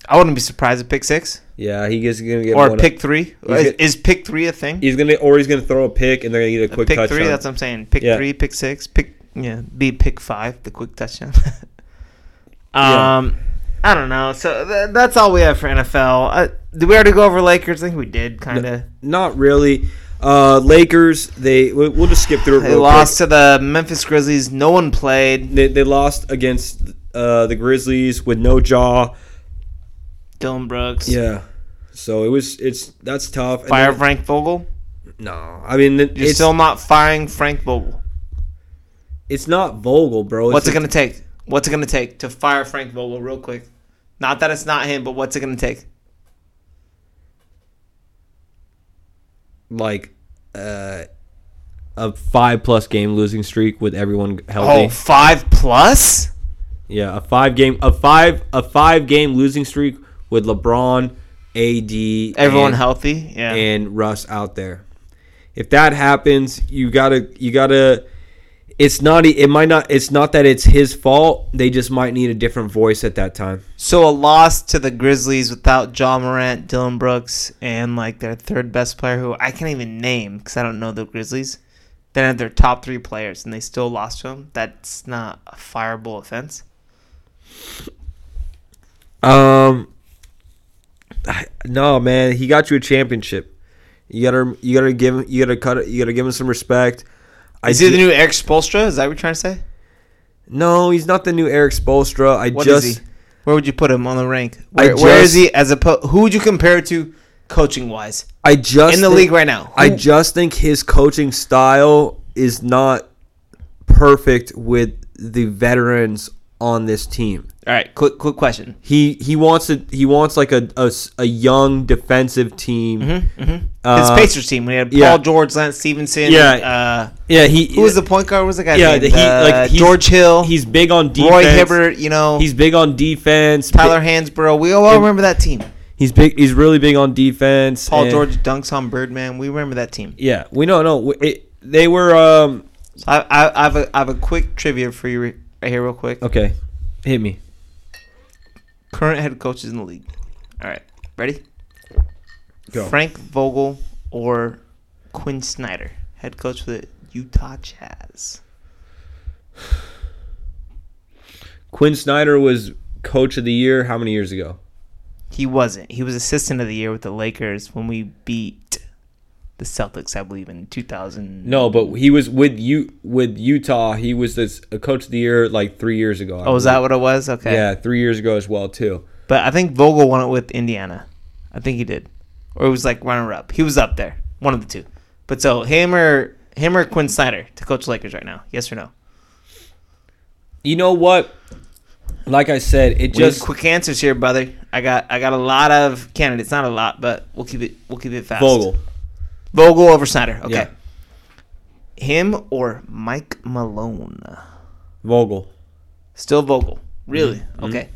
C: I wouldn't be surprised if pick six
B: Yeah, he gets going to get
C: or
B: one
C: pick
B: Up.
C: three.
B: He's
C: Is,
B: get-
C: is pick three a thing?
B: He's going to or he's going to throw a pick and they're going to get a quick
C: pick
B: touchdown.
C: three. That's what I'm saying. Pick
B: Yeah.
C: three, pick six, pick yeah, be pick five, the quick touchdown. (laughs)
B: Yeah.
C: um, I don't know. So th- that's all we have for NFL. Uh, did we already go over Lakers? I think we did, kind of.
B: Not really. Uh, Lakers, they we'll, we'll just skip through it.
C: They
B: real quick.
C: lost to the Memphis Grizzlies. No one played.
B: They, they lost against uh, the Grizzlies with no jaw.
C: Dylan Brooks.
B: Yeah. So it was it's that's tough. And
C: Fire
B: then-
C: Frank Vogel.
B: No, I mean it-
C: You're
B: it's
C: still not firing Frank Vogel.
B: it's not Vogel, bro. It's
C: What's it
B: just-
C: gonna take? What's it gonna take to fire Frank Vogel real quick? Not that it's not him, but what's it gonna take?
B: like uh, a five plus game losing streak with everyone
C: Oh,
B: healthy.
C: five plus.
B: Yeah, a five game a five a five game losing streak with LeBron, AD,
C: Everyone
B: and-
C: healthy. Yeah.
B: and Russ out there. If that happens, you gotta you gotta. It's not e, it might not it's not that it's his fault. They just might need a different voice at that time.
C: So a loss to the Grizzlies without John Morant, Dylan Brooks, and like their third best player, who I can't even name because I don't know the Grizzlies. They had their top three players, and they still lost to them. That's not a fireable offense.
B: Um, I- no man, he got you a championship. You gotta you gotta give him you gotta cut it- you gotta give him some respect. I
C: Is he the
B: ju-
C: new Eric Spolstra? Is that what you're trying to say?
B: no, he's not the new Eric Spolstra. I
C: What is
B: just
C: he? Where would you put him on the rank?
B: I
C: Where, where is
B: just-
C: he as a who would you compare to coaching wise
B: I just
C: in the
B: think-
C: league right now?
B: I
C: Who-
B: just think his coaching style is not perfect with the veterans on this team.
C: all right. Quick quick question.
B: He he wants to he wants like a a s- a young defensive team.
C: Mm-hmm. His
B: Hmm? Uh,
C: Pacers team. We had Paul
B: yeah.
C: George, Lance Stevenson.
B: Yeah.
C: Uh,
B: Yeah, he
C: Who was the point guard? What was the guy?
B: yeah
C: named?
B: he like
C: Uh,
B: he's-
C: George Hill.
B: He's big on defense.
C: Roy Hibbert. You know,
B: He's big on defense.
C: Tyler
B: Bi-
C: Hansborough. We all remember that team.
B: He's big. He's really big on defense.
C: Paul
B: and-
C: George dunks on Birdman. We remember that team.
B: Yeah, we know. No, we- it, they were. um
C: So I, I, I have a I have a quick trivia for you re- right here, real quick.
B: Okay, hit me.
C: Current head coaches in the league. All right, ready?
B: Go.
C: Frank Vogel or Quinn Snyder, head coach for the Utah Jazz.
B: Quinn Snyder was coach of the year. How many years ago?
C: He wasn't. He was assistant of the year with the Lakers when we beat the Celtics, I believe, in 2000.
B: No, but he was with you with Utah. He was this a coach of the year like three years ago.
C: Oh, is that what it was? Okay.
B: Yeah, three years ago as well too.
C: But I think Vogel won it with Indiana. I think he did, or it was like runner up. He was up there, one of the two. But so him or him or Quinn Snyder to coach Lakers right now? Yes or no?
B: You know what? Like I said, it
C: Just
B: just
C: quick answers here, brother. I got I got a lot of candidates. Not a lot, but we'll keep it we'll keep it fast.
B: Vogel.
C: Vogel over Snyder. Okay.
B: Yeah.
C: Him or Mike Malone?
B: Vogel.
C: Still Vogel. Really?
B: Mm-hmm.
C: Okay.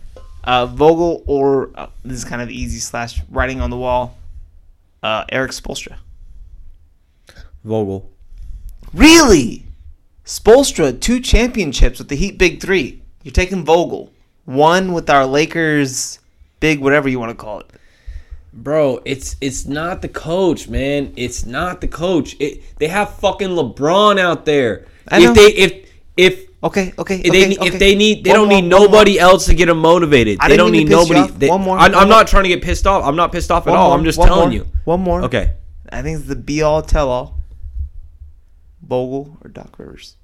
C: Uh, Vogel or uh, this is kind of easy slash writing on the wall. Uh, Eric Spolstra.
B: Vogel.
C: Really? Spolstra, two championships with the Heat Big Three. You're taking Vogel. One with our Lakers big whatever you want to call it.
B: Bro, it's it's not the coach, man. It's not the coach. It they have fucking LeBron out there.
C: I
B: if
C: know.
B: they if if
C: Okay, okay.
B: If
C: okay,
B: they,
C: okay.
B: if they need, they
C: One
B: don't
C: more,
B: need
C: one more.
B: nobody else to get them motivated.
C: I
B: they
C: didn't
B: don't
C: mean
B: need
C: to piss you
B: nobody.
C: off.
B: they-
C: One more,
B: I, am
C: one more.
B: not trying to get pissed off. I'm not pissed off at
C: One
B: all.
C: more,
B: oh, I'm just
C: one
B: telling
C: more,
B: you.
C: One more.
B: Okay.
C: I think it's the be all tell all. Vogel or Doc Rivers?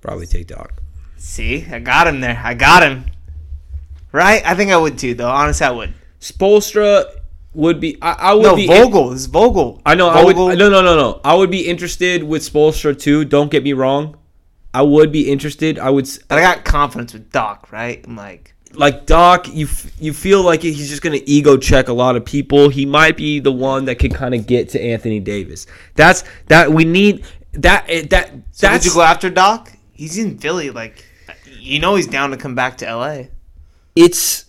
B: Probably take Doc.
C: See, I got him there. I got him. right? I think I would too, though. Honestly, I would.
B: Spolstra would be. I, I would
C: No,
B: be.
C: Vogel. It's Vogel.
B: I know.
C: Vogel.
B: I would. No, no, no, no. I would be interested with Spolstra too. Don't get me wrong. I would be interested. I would s-
C: But I got confidence with Doc, right? I'm like,
B: like Doc. You f- you feel like he's just gonna ego check a lot of people. He might be the one that could kind of get to Anthony Davis. That's that we need. That eh, that
C: so would
B: that's
C: you go after Doc? He's in Philly. Like, you know, he's down to come back to LA.
B: it's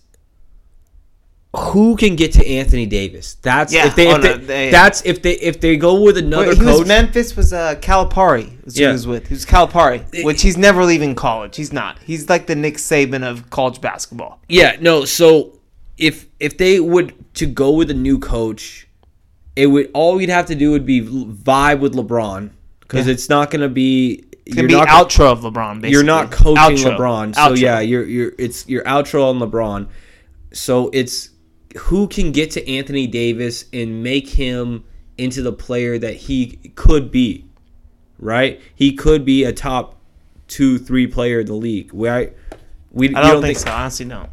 B: who can get to Anthony Davis. That's
C: Yeah.
B: if they,
C: Oh,
B: if they,
C: no, they-
B: that's if they if they go with another
C: Wait, he
B: coach.
C: was Memphis was uh, Calipari. Is who
B: Yeah.
C: he was with. He was Calipari, which he's never leaving college. He's not. He's like the Nick Saban of college basketball.
B: Yeah, no. So if if they would to go with a new coach, it would all you'd have to do would be vibe with LeBron because it's not going to be
C: It's gonna
B: you're
C: be
B: not gonna-
C: outro of LeBron. Basically.
B: You're not coaching
C: Outro.
B: LeBron, so
C: Outro.
B: yeah, you're you're it's your outro on LeBron. So it's who can get to Anthony Davis and make him into the player that he could be, right? He could be a top two, three player in the league, right? We you
C: I don't, think, so. Honestly, no.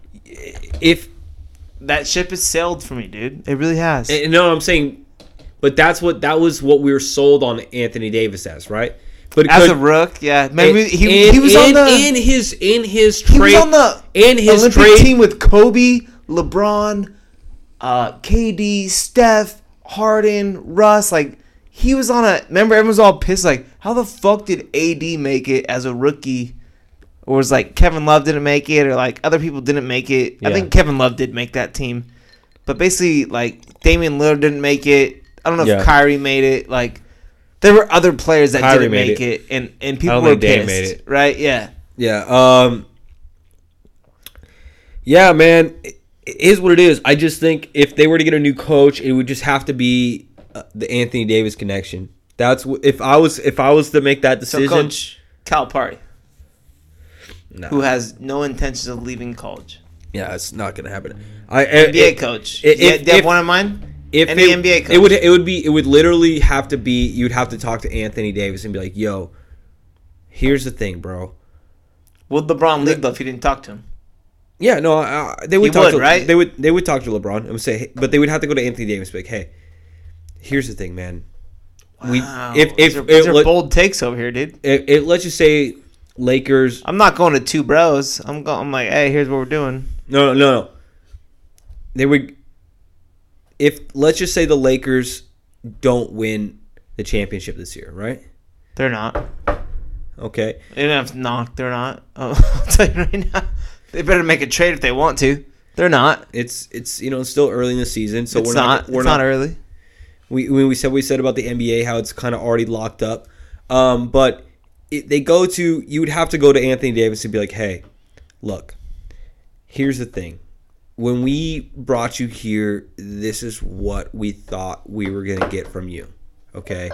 B: if
C: That ship has sailed for me, dude. It really has.
B: And- and no, I'm saying, but that's what that was what we were sold on Anthony Davis as, right? But
C: As
B: could-
C: a rook, yeah. Maybe
B: and-
C: he,
B: and-
C: he was on
B: and-
C: the
B: in his in his
C: he
B: trade
C: was on the
B: in his
C: Olympic
B: trade
C: team with Kobe, LeBron, uh, KD, Steph, Harden, Russ. Like he was on a. Remember, everyone was all pissed. Like, how the fuck did AD make it as a rookie? Or was like Kevin Love didn't make it, or like other people didn't make it. I
B: Yeah.
C: think Kevin Love did make that team, but basically like Damian Lillard didn't make it. I don't know
B: Yeah.
C: if Kyrie made it. Like there were other players that
B: Kyrie
C: didn't
B: made
C: make it.
B: it.
C: and and people
B: don't
C: were
B: think Dame
C: pissed,
B: made it.
C: right? Yeah.
B: Yeah. Um Yeah, man, it it is what it is. I just think if they were to get a new coach, it would just have to be uh, the Anthony Davis connection. That's wh- if I was if I was to make that
C: So
B: decision.
C: coach Cal Party,
B: Nah.
C: who has no intentions of leaving college,
B: yeah, it's not gonna happen. I
C: NBA coach.
B: if-
C: If, yeah, do you have
B: if-
C: one in mind?
B: if it,
C: Any NBA coach.
B: It would it would be it would literally have to be you'd have to talk to Anthony Davis and be like, "Yo, here's the thing, bro."
C: Would LeBron leave though if you didn't talk to him?
B: Yeah, no, uh, they would
C: He
B: talk
C: would,
B: to
C: right?
B: they would they would talk to LeBron and say, hey, but they would have to go to Anthony Davis. and be Like, hey, here's the thing, man. We
C: Wow,
B: if if
C: these are, these
B: it,
C: are
B: let,
C: bold takes over here, dude.
B: it, it- let's just say Lakers.
C: I'm not going to two bros. I'm going. I'm like, hey, here's what we're doing.
B: No, no, no, no. They would if let's just say the Lakers don't win the championship this year, right?
C: They're not.
B: Okay.
C: They didn't have to knock. They're not. (laughs) Oh, I'll tell you right now. They better make a trade if they want to. They're not.
B: It's it's you know it's still early in the season, so
C: it's
B: we're not,
C: not.
B: we're
C: it's
B: not,
C: not early.
B: we when we said we said about the NBA how it's kind of already locked up, um, but it, they go to you would have to go to Anthony Davis and be like, hey, look, here's the thing, when we brought you here, this is what we thought we were gonna get from you, okay?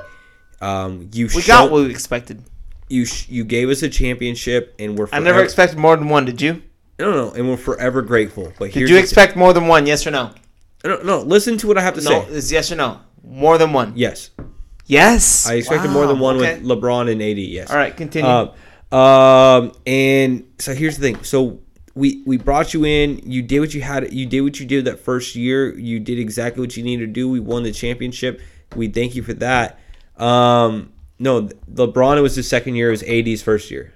B: Um, you
C: We
B: show-
C: got what we expected.
B: you sh- you gave us a championship, and we're
C: I
B: forever,
C: never expected more than one. Did you?
B: no no, and we're forever grateful. But
C: Did
B: here's
C: you
B: the-
C: expect more than one? Yes or no?
B: no, no listen to what I have to
C: No.
B: say.
C: Is yes or no? More than one.
B: Yes,
C: Yes.
B: I expected more than one
C: Wow, okay.
B: with LeBron and AD. Yes.
C: All right, continue.
B: Um, um, and so here's the thing. So we we brought you in. You did what you had. You did what you did that first year. You did exactly what you needed to do. We won the championship. We thank you for that. Um, no, LeBron. It was his second year. It was AD's first year.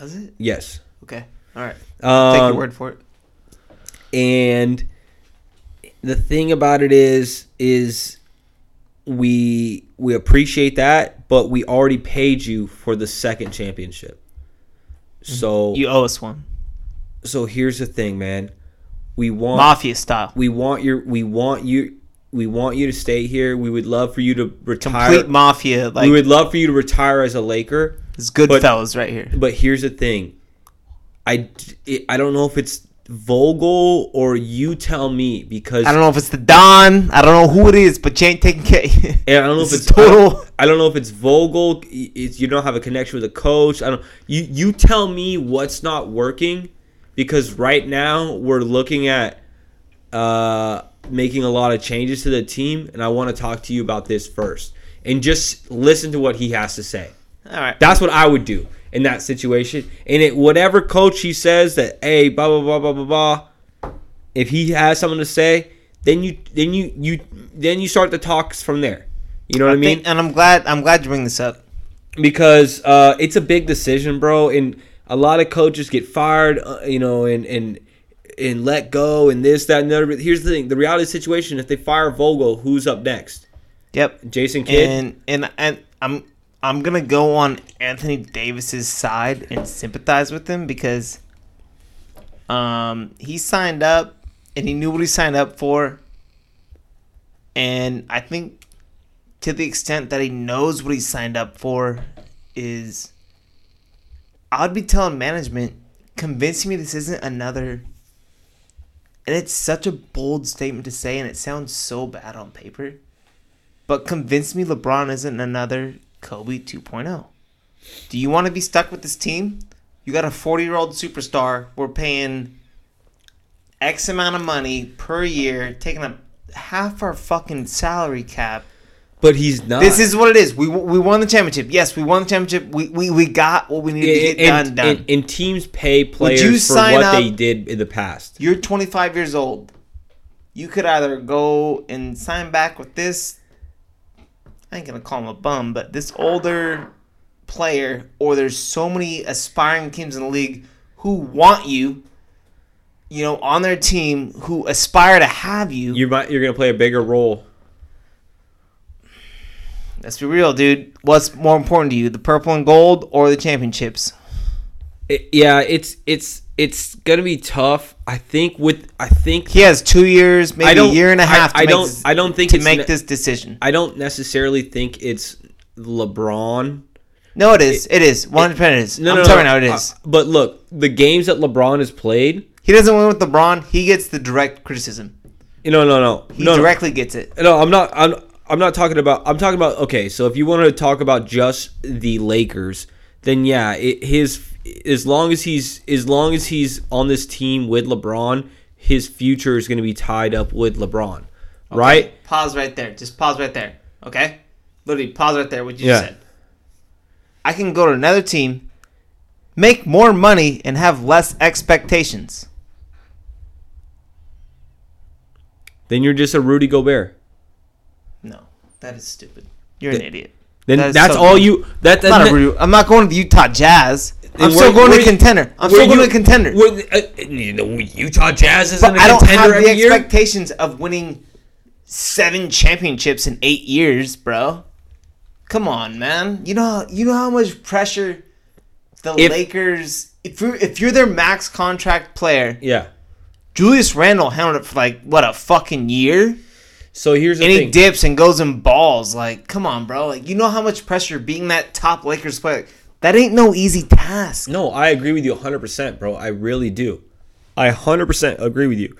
C: was it?
B: Yes.
C: Okay. All right.
B: Um,
C: Take your word for it.
B: and the thing about it is is we we appreciate that but we already paid you for the second championship so
C: Mm-hmm. You owe us one,
B: so here's the thing man we want
C: mafia style.
B: we want your we want you we want you to stay here we would love for you to retire
C: Complete mafia,
B: we
C: like
B: would love for you to retire as a laker
C: it's good
B: but-
C: fellas
B: (laughs)
C: right here.
B: but here's the thing, I d- it- I don't know if it's Vogel or you tell me because
C: I don't know if it's the Don. I don't know who it is, but you ain't taking care.
B: Yeah, I don't know
C: This
B: if
C: is
B: it's
C: total-
B: I, I don't know if it's Vogel. i- It's, you don't have a connection with a coach. I don't. You you tell me what's not working, because right now we're looking at uh, making a lot of changes to the team, and I want to talk to you about this first, and just listen to what he has to say.
C: All right.
B: That's what I would do. in that situation. And it whatever coach he says that hey blah blah blah blah blah blah, if he has something to say, then you then you you then you start the talks from there. You know what I,
C: I
B: mean?
C: think- uh, and I'm glad I'm glad you bring this up.
B: because uh, it's a big decision, bro. And a lot of coaches get fired, uh, you know, and and and let go, and this, that, and the other. But here's the thing: the reality of the situation. If they fire Vogel, who's up next?
C: Yep.
B: Jason Kidd.
C: And and and I'm I'm gonna go on Anthony Davis's side and sympathize with him because um he signed up and he knew what he signed up for. And I think to the extent that he knows what he signed up for is I'd be telling management, convince me this isn't another and it's such a bold statement to say and it sounds so bad on paper. But convince me LeBron isn't another Kobe 2.0. Do you want to be stuck with this team? You got a 40 year old superstar. We're paying X amount of money per year, taking up half our fucking salary cap.
B: but he's not.
C: This is what it is. We, we won the championship. Yes, we won the championship. We, we, we got what we needed to get
B: and,
C: done. done.
B: And, and teams pay players
C: you
B: for
C: sign
B: what they
C: up-
B: did in the past.
C: You're 25 years old. You could either go and sign back with this. I ain't gonna call him a bum, but this older player, or there's so many aspiring teams in the league who want you, you know, on their team who aspire to have you.
B: You might you're gonna play a bigger role.
C: Let's be real, dude. What's more important to you, the purple and gold or the championships?
B: It- yeah, it's it's it's gonna be tough. I think with I think
C: He has two years,
B: I
C: maybe a
B: don't-
C: year and a
B: I-
C: half. to
B: I
C: make
B: don't-
C: this-
B: I don't think
C: to
B: it's
C: make
B: ne-
C: this decision.
B: I don't necessarily think it's LeBron
C: No, it is. It is. One hundred percent. It is.
B: No,
C: I'm
B: no,
C: telling
B: no.
C: you, how it
B: Uh,
C: is.
B: but look, the games that LeBron has played,
C: He doesn't win with LeBron. He gets the direct criticism.
B: no, no, no,
C: He
B: no, no,
C: directly gets it.
B: no. I'm not. I'm. I'm not talking about. I'm talking about. Okay, so if you wanted to talk about just the Lakers, then yeah, it, his as long as he's as long as he's on this team with LeBron, his future is going to be tied up with LeBron, right?
C: Pause right there. Just pause right there. Okay? Literally, pause right there. What you
B: Yeah.
C: just said. I can go to another team, make more money, and have less expectations.
B: Then you're just a Rudy Gobert.
C: No, that is stupid. You're an idiot.
B: Then
C: That is
B: that's
C: so
B: all
C: dumb.
B: you. That,
C: I'm
B: that,
C: not, a Rudy- I'm not going to the Utah Jazz. I'm
B: And
C: still
B: where-
C: going to
B: where-
C: contender. I'm
B: where
C: still going
B: you-
C: to contender.
B: where- uh, you know, Utah Jazz isn't
C: But
B: a
C: I don't have
B: contender
C: the
B: every year.
C: expectations of winning seven championships in eight years, bro. Come on, man. You know how you know how much pressure the
B: If-
C: Lakers. If you're if you're their max contract player,
B: Yeah.
C: Julius Randle handled it for like what a fucking year,
B: So here's the
C: and
B: thing.
C: he dips and goes in balls. Like, come on, bro. Like, you know how much pressure being that top Lakers player. That ain't no easy task.
B: No, I agree with you 100%, bro. I really do. I 100% agree with you.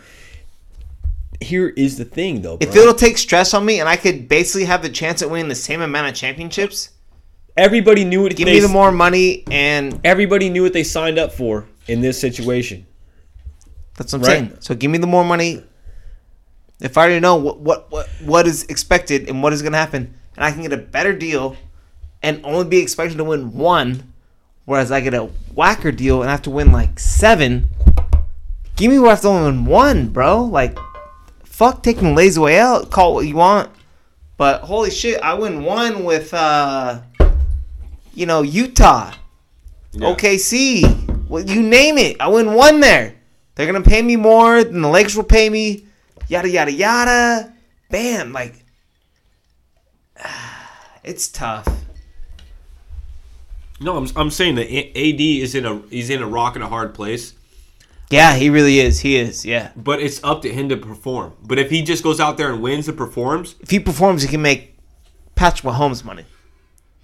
B: Here is the thing, though, bro.
C: If it'll take stress on me and I could basically have the chance at winning the same amount of championships,
B: everybody knew what
C: give
B: they,
C: me the more money and
B: everybody knew what they signed up for in this situation.
C: That's what I'm
B: Right.
C: saying. So give me the more money. If I already know what what what, what is expected and what is going to happen, and I can get a better deal, and only be expected to win one, whereas I get a whacker deal and I have to win like seven. Give me where I have to only win one, bro. Like, fuck taking the lazy way out. Call it what you want, but holy shit, I win one with uh, you know Utah. OKC, well, you name it. I win one there. They're gonna pay me more than the Lakers will pay me. Yada yada yada. Bam, like (sighs) it's tough.
B: No, I'm, I'm saying that AD is in a he's in a rock and a hard place,
C: Yeah, he really is. He is. Yeah.
B: but it's up to him to perform. But if he just goes out there and wins and performs,
C: If he performs, he can make Patrick Mahomes money.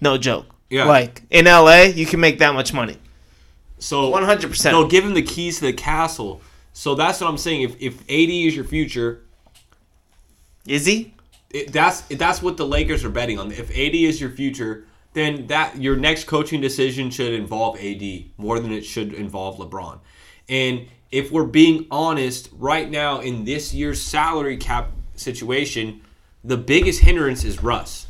C: No joke.
B: Yeah.
C: Like in LA, you can make that much money.
B: So
C: 100%.
B: No, give him the keys to the castle. So that's what I'm saying. If if AD is your future,
C: Is he?
B: it, that's that's what the Lakers are betting on. If AD is your future, then that your next coaching decision should involve AD more than it should involve LeBron. And if we're being honest, right now in this year's salary cap situation, the biggest hindrance is Russ.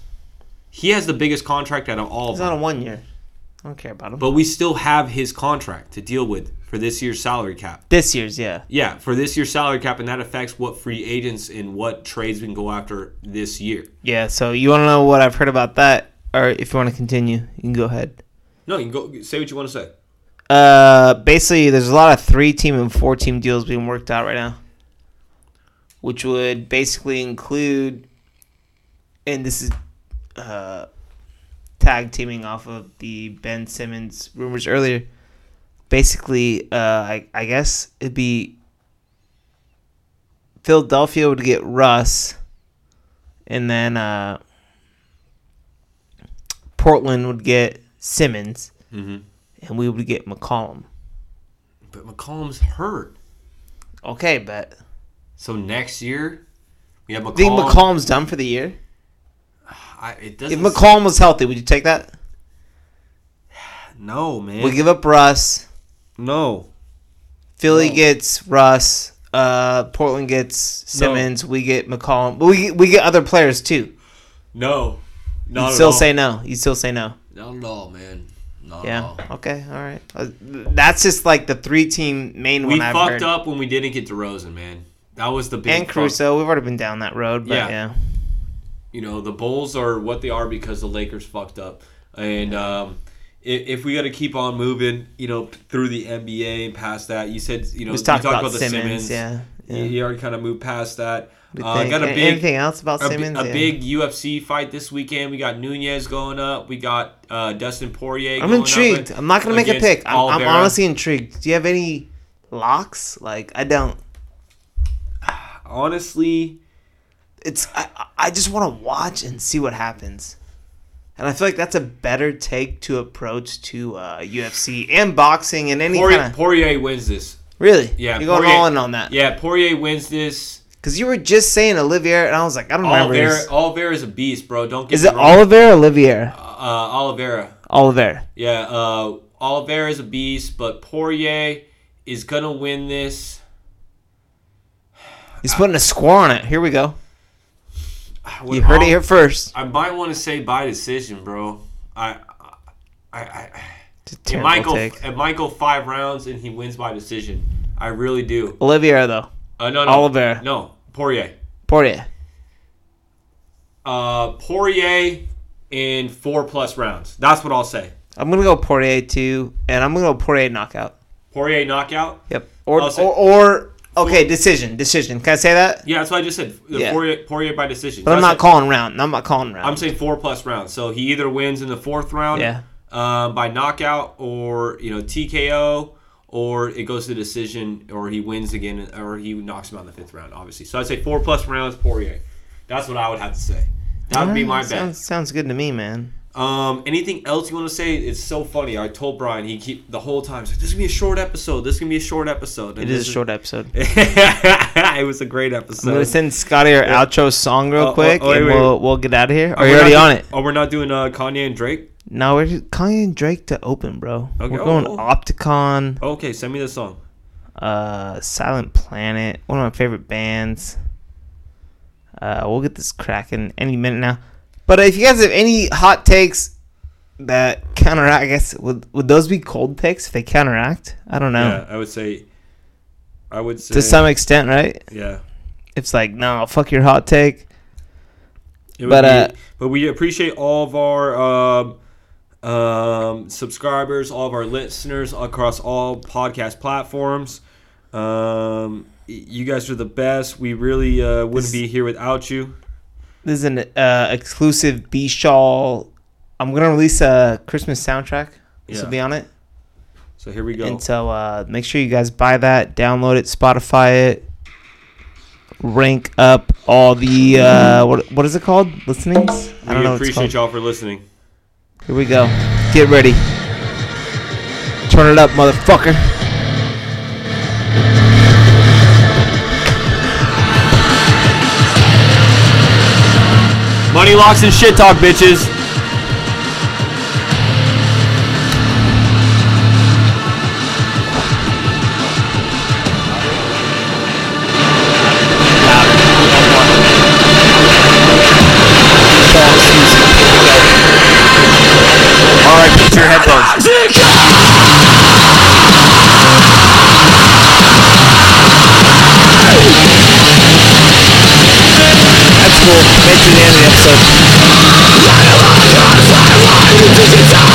B: He has the biggest contract out of all of
C: He's on
B: them.
C: a one year. I don't care about him.
B: But we still have his contract to deal with for this year's salary cap.
C: this year's, yeah.
B: Yeah, for this year's salary cap, and that affects what free agents and what trades we can go after this year.
C: Yeah, so you want to know what I've heard about that? Or if you want to continue, you can go ahead.
B: No, you can go say what you want to say.
C: Uh, basically, there's a lot of three team and four team deals being worked out right now, which would basically include, and this is uh, tag teaming off of the Ben Simmons rumors earlier. Basically, uh, I, I guess it'd be Philadelphia would get Russ, and then uh, Portland would get Simmons and we would get McCollum.
B: But McCollum's hurt,
C: Okay, but
B: so next year we have McCollum.
C: think McCollum's done for the year.
B: I, it
C: If
B: doesn't.
C: McCollum was healthy, would you take that?
B: no, man.
C: We give up Russ.
B: no,
C: Philly gets Russ. Uh, Portland gets Simmons. We get McCollum. But we we get other players too.
B: no,
C: You
B: not
C: still
B: at all.
C: say no. You still say no.
B: not at all, man. Not at
C: Yeah.
B: all.
C: Okay. All right. Uh, That's just like the three team main
B: We
C: one I've
B: fucked
C: heard.
B: up when we didn't get DeRozan, man. That was the big
C: And
B: fuck-
C: Caruso. We've already been down that road. But
B: Yeah.
C: yeah.
B: you know the Bulls are what they are because the Lakers fucked up, and um, if, if we got to keep on moving, you know, through the NBA and past that, you said you know
C: We was
B: you
C: talking
B: talked
C: about, Simmons. Yeah.
B: You,
C: yeah.
B: you already kind of moved past that.
C: We
B: Uh,
C: think-
B: got a
C: a-
B: big
C: anything else about
B: a, bi-
C: Simmons?
B: a
C: Yeah.
B: big UFC fight this weekend. We got Nunez going up. We got uh, Dustin Poirier.
C: I'm
B: going up
C: intrigued. I'm not gonna make a
B: against
C: pick. I'm, I'm
B: Oliveira.
C: honestly intrigued. Do you have any locks? Like I don't.
B: honestly,
C: It's I, I- I just want to watch and see what happens, and I feel like that's a better take to approach to uh, UFC and boxing and any
B: Poirier,
C: kind of
B: Poirier wins this.
C: really.
B: Yeah,
C: you're going
B: Poirier-
C: all in on that.
B: Yeah, Poirier wins this.
C: because you were just saying Olivier, and I was like, I don't remember.
B: Oliveira,
C: his-
B: Oliveira is a beast, bro. Don't get
C: Is
B: me
C: it
B: wrong.
C: Oliver or Olivier?
B: uh, Oliveira?
C: Oliver.
B: Yeah, uh, Oliveira is a beast, but Poirier is gonna win this.
C: He's putting a score on it. Here we go.
B: I would
C: You heard it
B: al-
C: here first.
B: I might want to say by decision, bro. I, I, I.
C: It's a
B: It
C: terrible
B: might, go,
C: take.
B: it might go five rounds and he wins by decision. I really do.
C: Olivier though.
B: Uh, no, no,
C: Oliver.
B: No, Poirier.
C: Poirier.
B: Uh, Poirier in four plus rounds. That's what I'll say.
C: I'm gonna go Poirier two, and I'm gonna go Poirier knockout.
B: Poirier knockout.
C: Yep. Or
B: I'll
C: or,
B: say-
C: or okay, decision, decision. Can I say that?
B: Yeah, that's what I just said. The
C: Yeah.
B: Poirier, Poirier by decision.
C: But I'm
B: That's
C: not
B: it.
C: calling round. I'm not calling round.
B: I'm saying four plus rounds. So he either wins in the fourth round
C: Yeah.
B: um, by knockout or you know TKO, or it goes to decision, or he wins again, or he knocks him out in the fifth round. Obviously, so I'd say four plus rounds Poirier. That's what I would have to say. That would be my
C: sounds,
B: bet.
C: Sounds good to me, man.
B: Um, anything else you want to say? It's so funny. I told Brian he keep the whole time. he's like, this is gonna be a short episode. This is gonna be a short episode.
C: It
B: And
C: is
B: this
C: a
B: (laughs)
C: short episode.
B: it was a great episode.
C: I'm gonna send Scotty our outro song real
B: Oh, oh,
C: quick,
B: oh, wait,
C: and
B: wait.
C: we'll we'll get out of here. Are
B: We're
C: you
B: not
C: already
B: do-
C: on it?
B: Oh, we're not doing uh, Kanye and Drake.
C: No, we're just Kanye and Drake to open, bro.
B: Okay,
C: We're going
B: oh.
C: Opticon,
B: Okay, send me the song.
C: uh, Silent Planet, one of my favorite bands. Uh, we'll get this cracking any minute now. But if you guys have any hot takes that counteract, I guess would would those be cold takes if they counteract? I don't know.
B: Yeah, I would say. I would say.
C: To some extent, right?
B: yeah.
C: It's like no, fuck your hot take.
B: It would
C: But, uh,
B: be- but we appreciate all of our um, um, subscribers, all of our listeners across all podcast platforms. Um, y- you guys are the best. We really uh, wouldn't be here without you.
C: This is an uh, exclusive B Shawl. I'm gonna release a Christmas soundtrack. This
B: Yeah.
C: will be on it.
B: So here we go.
C: And so uh, make sure you guys buy that, download it, Spotify it, rank up all the uh, what what is it called? Listenings? I
B: we
C: don't know. What it's
B: appreciate
C: called.
B: y'all for listening.
C: Here we go. Get ready. Turn it up, motherfucker.
B: Money locks and shit talk, bitches.
C: All right, put your head headphones. That's cool. Make it to the end of the episode.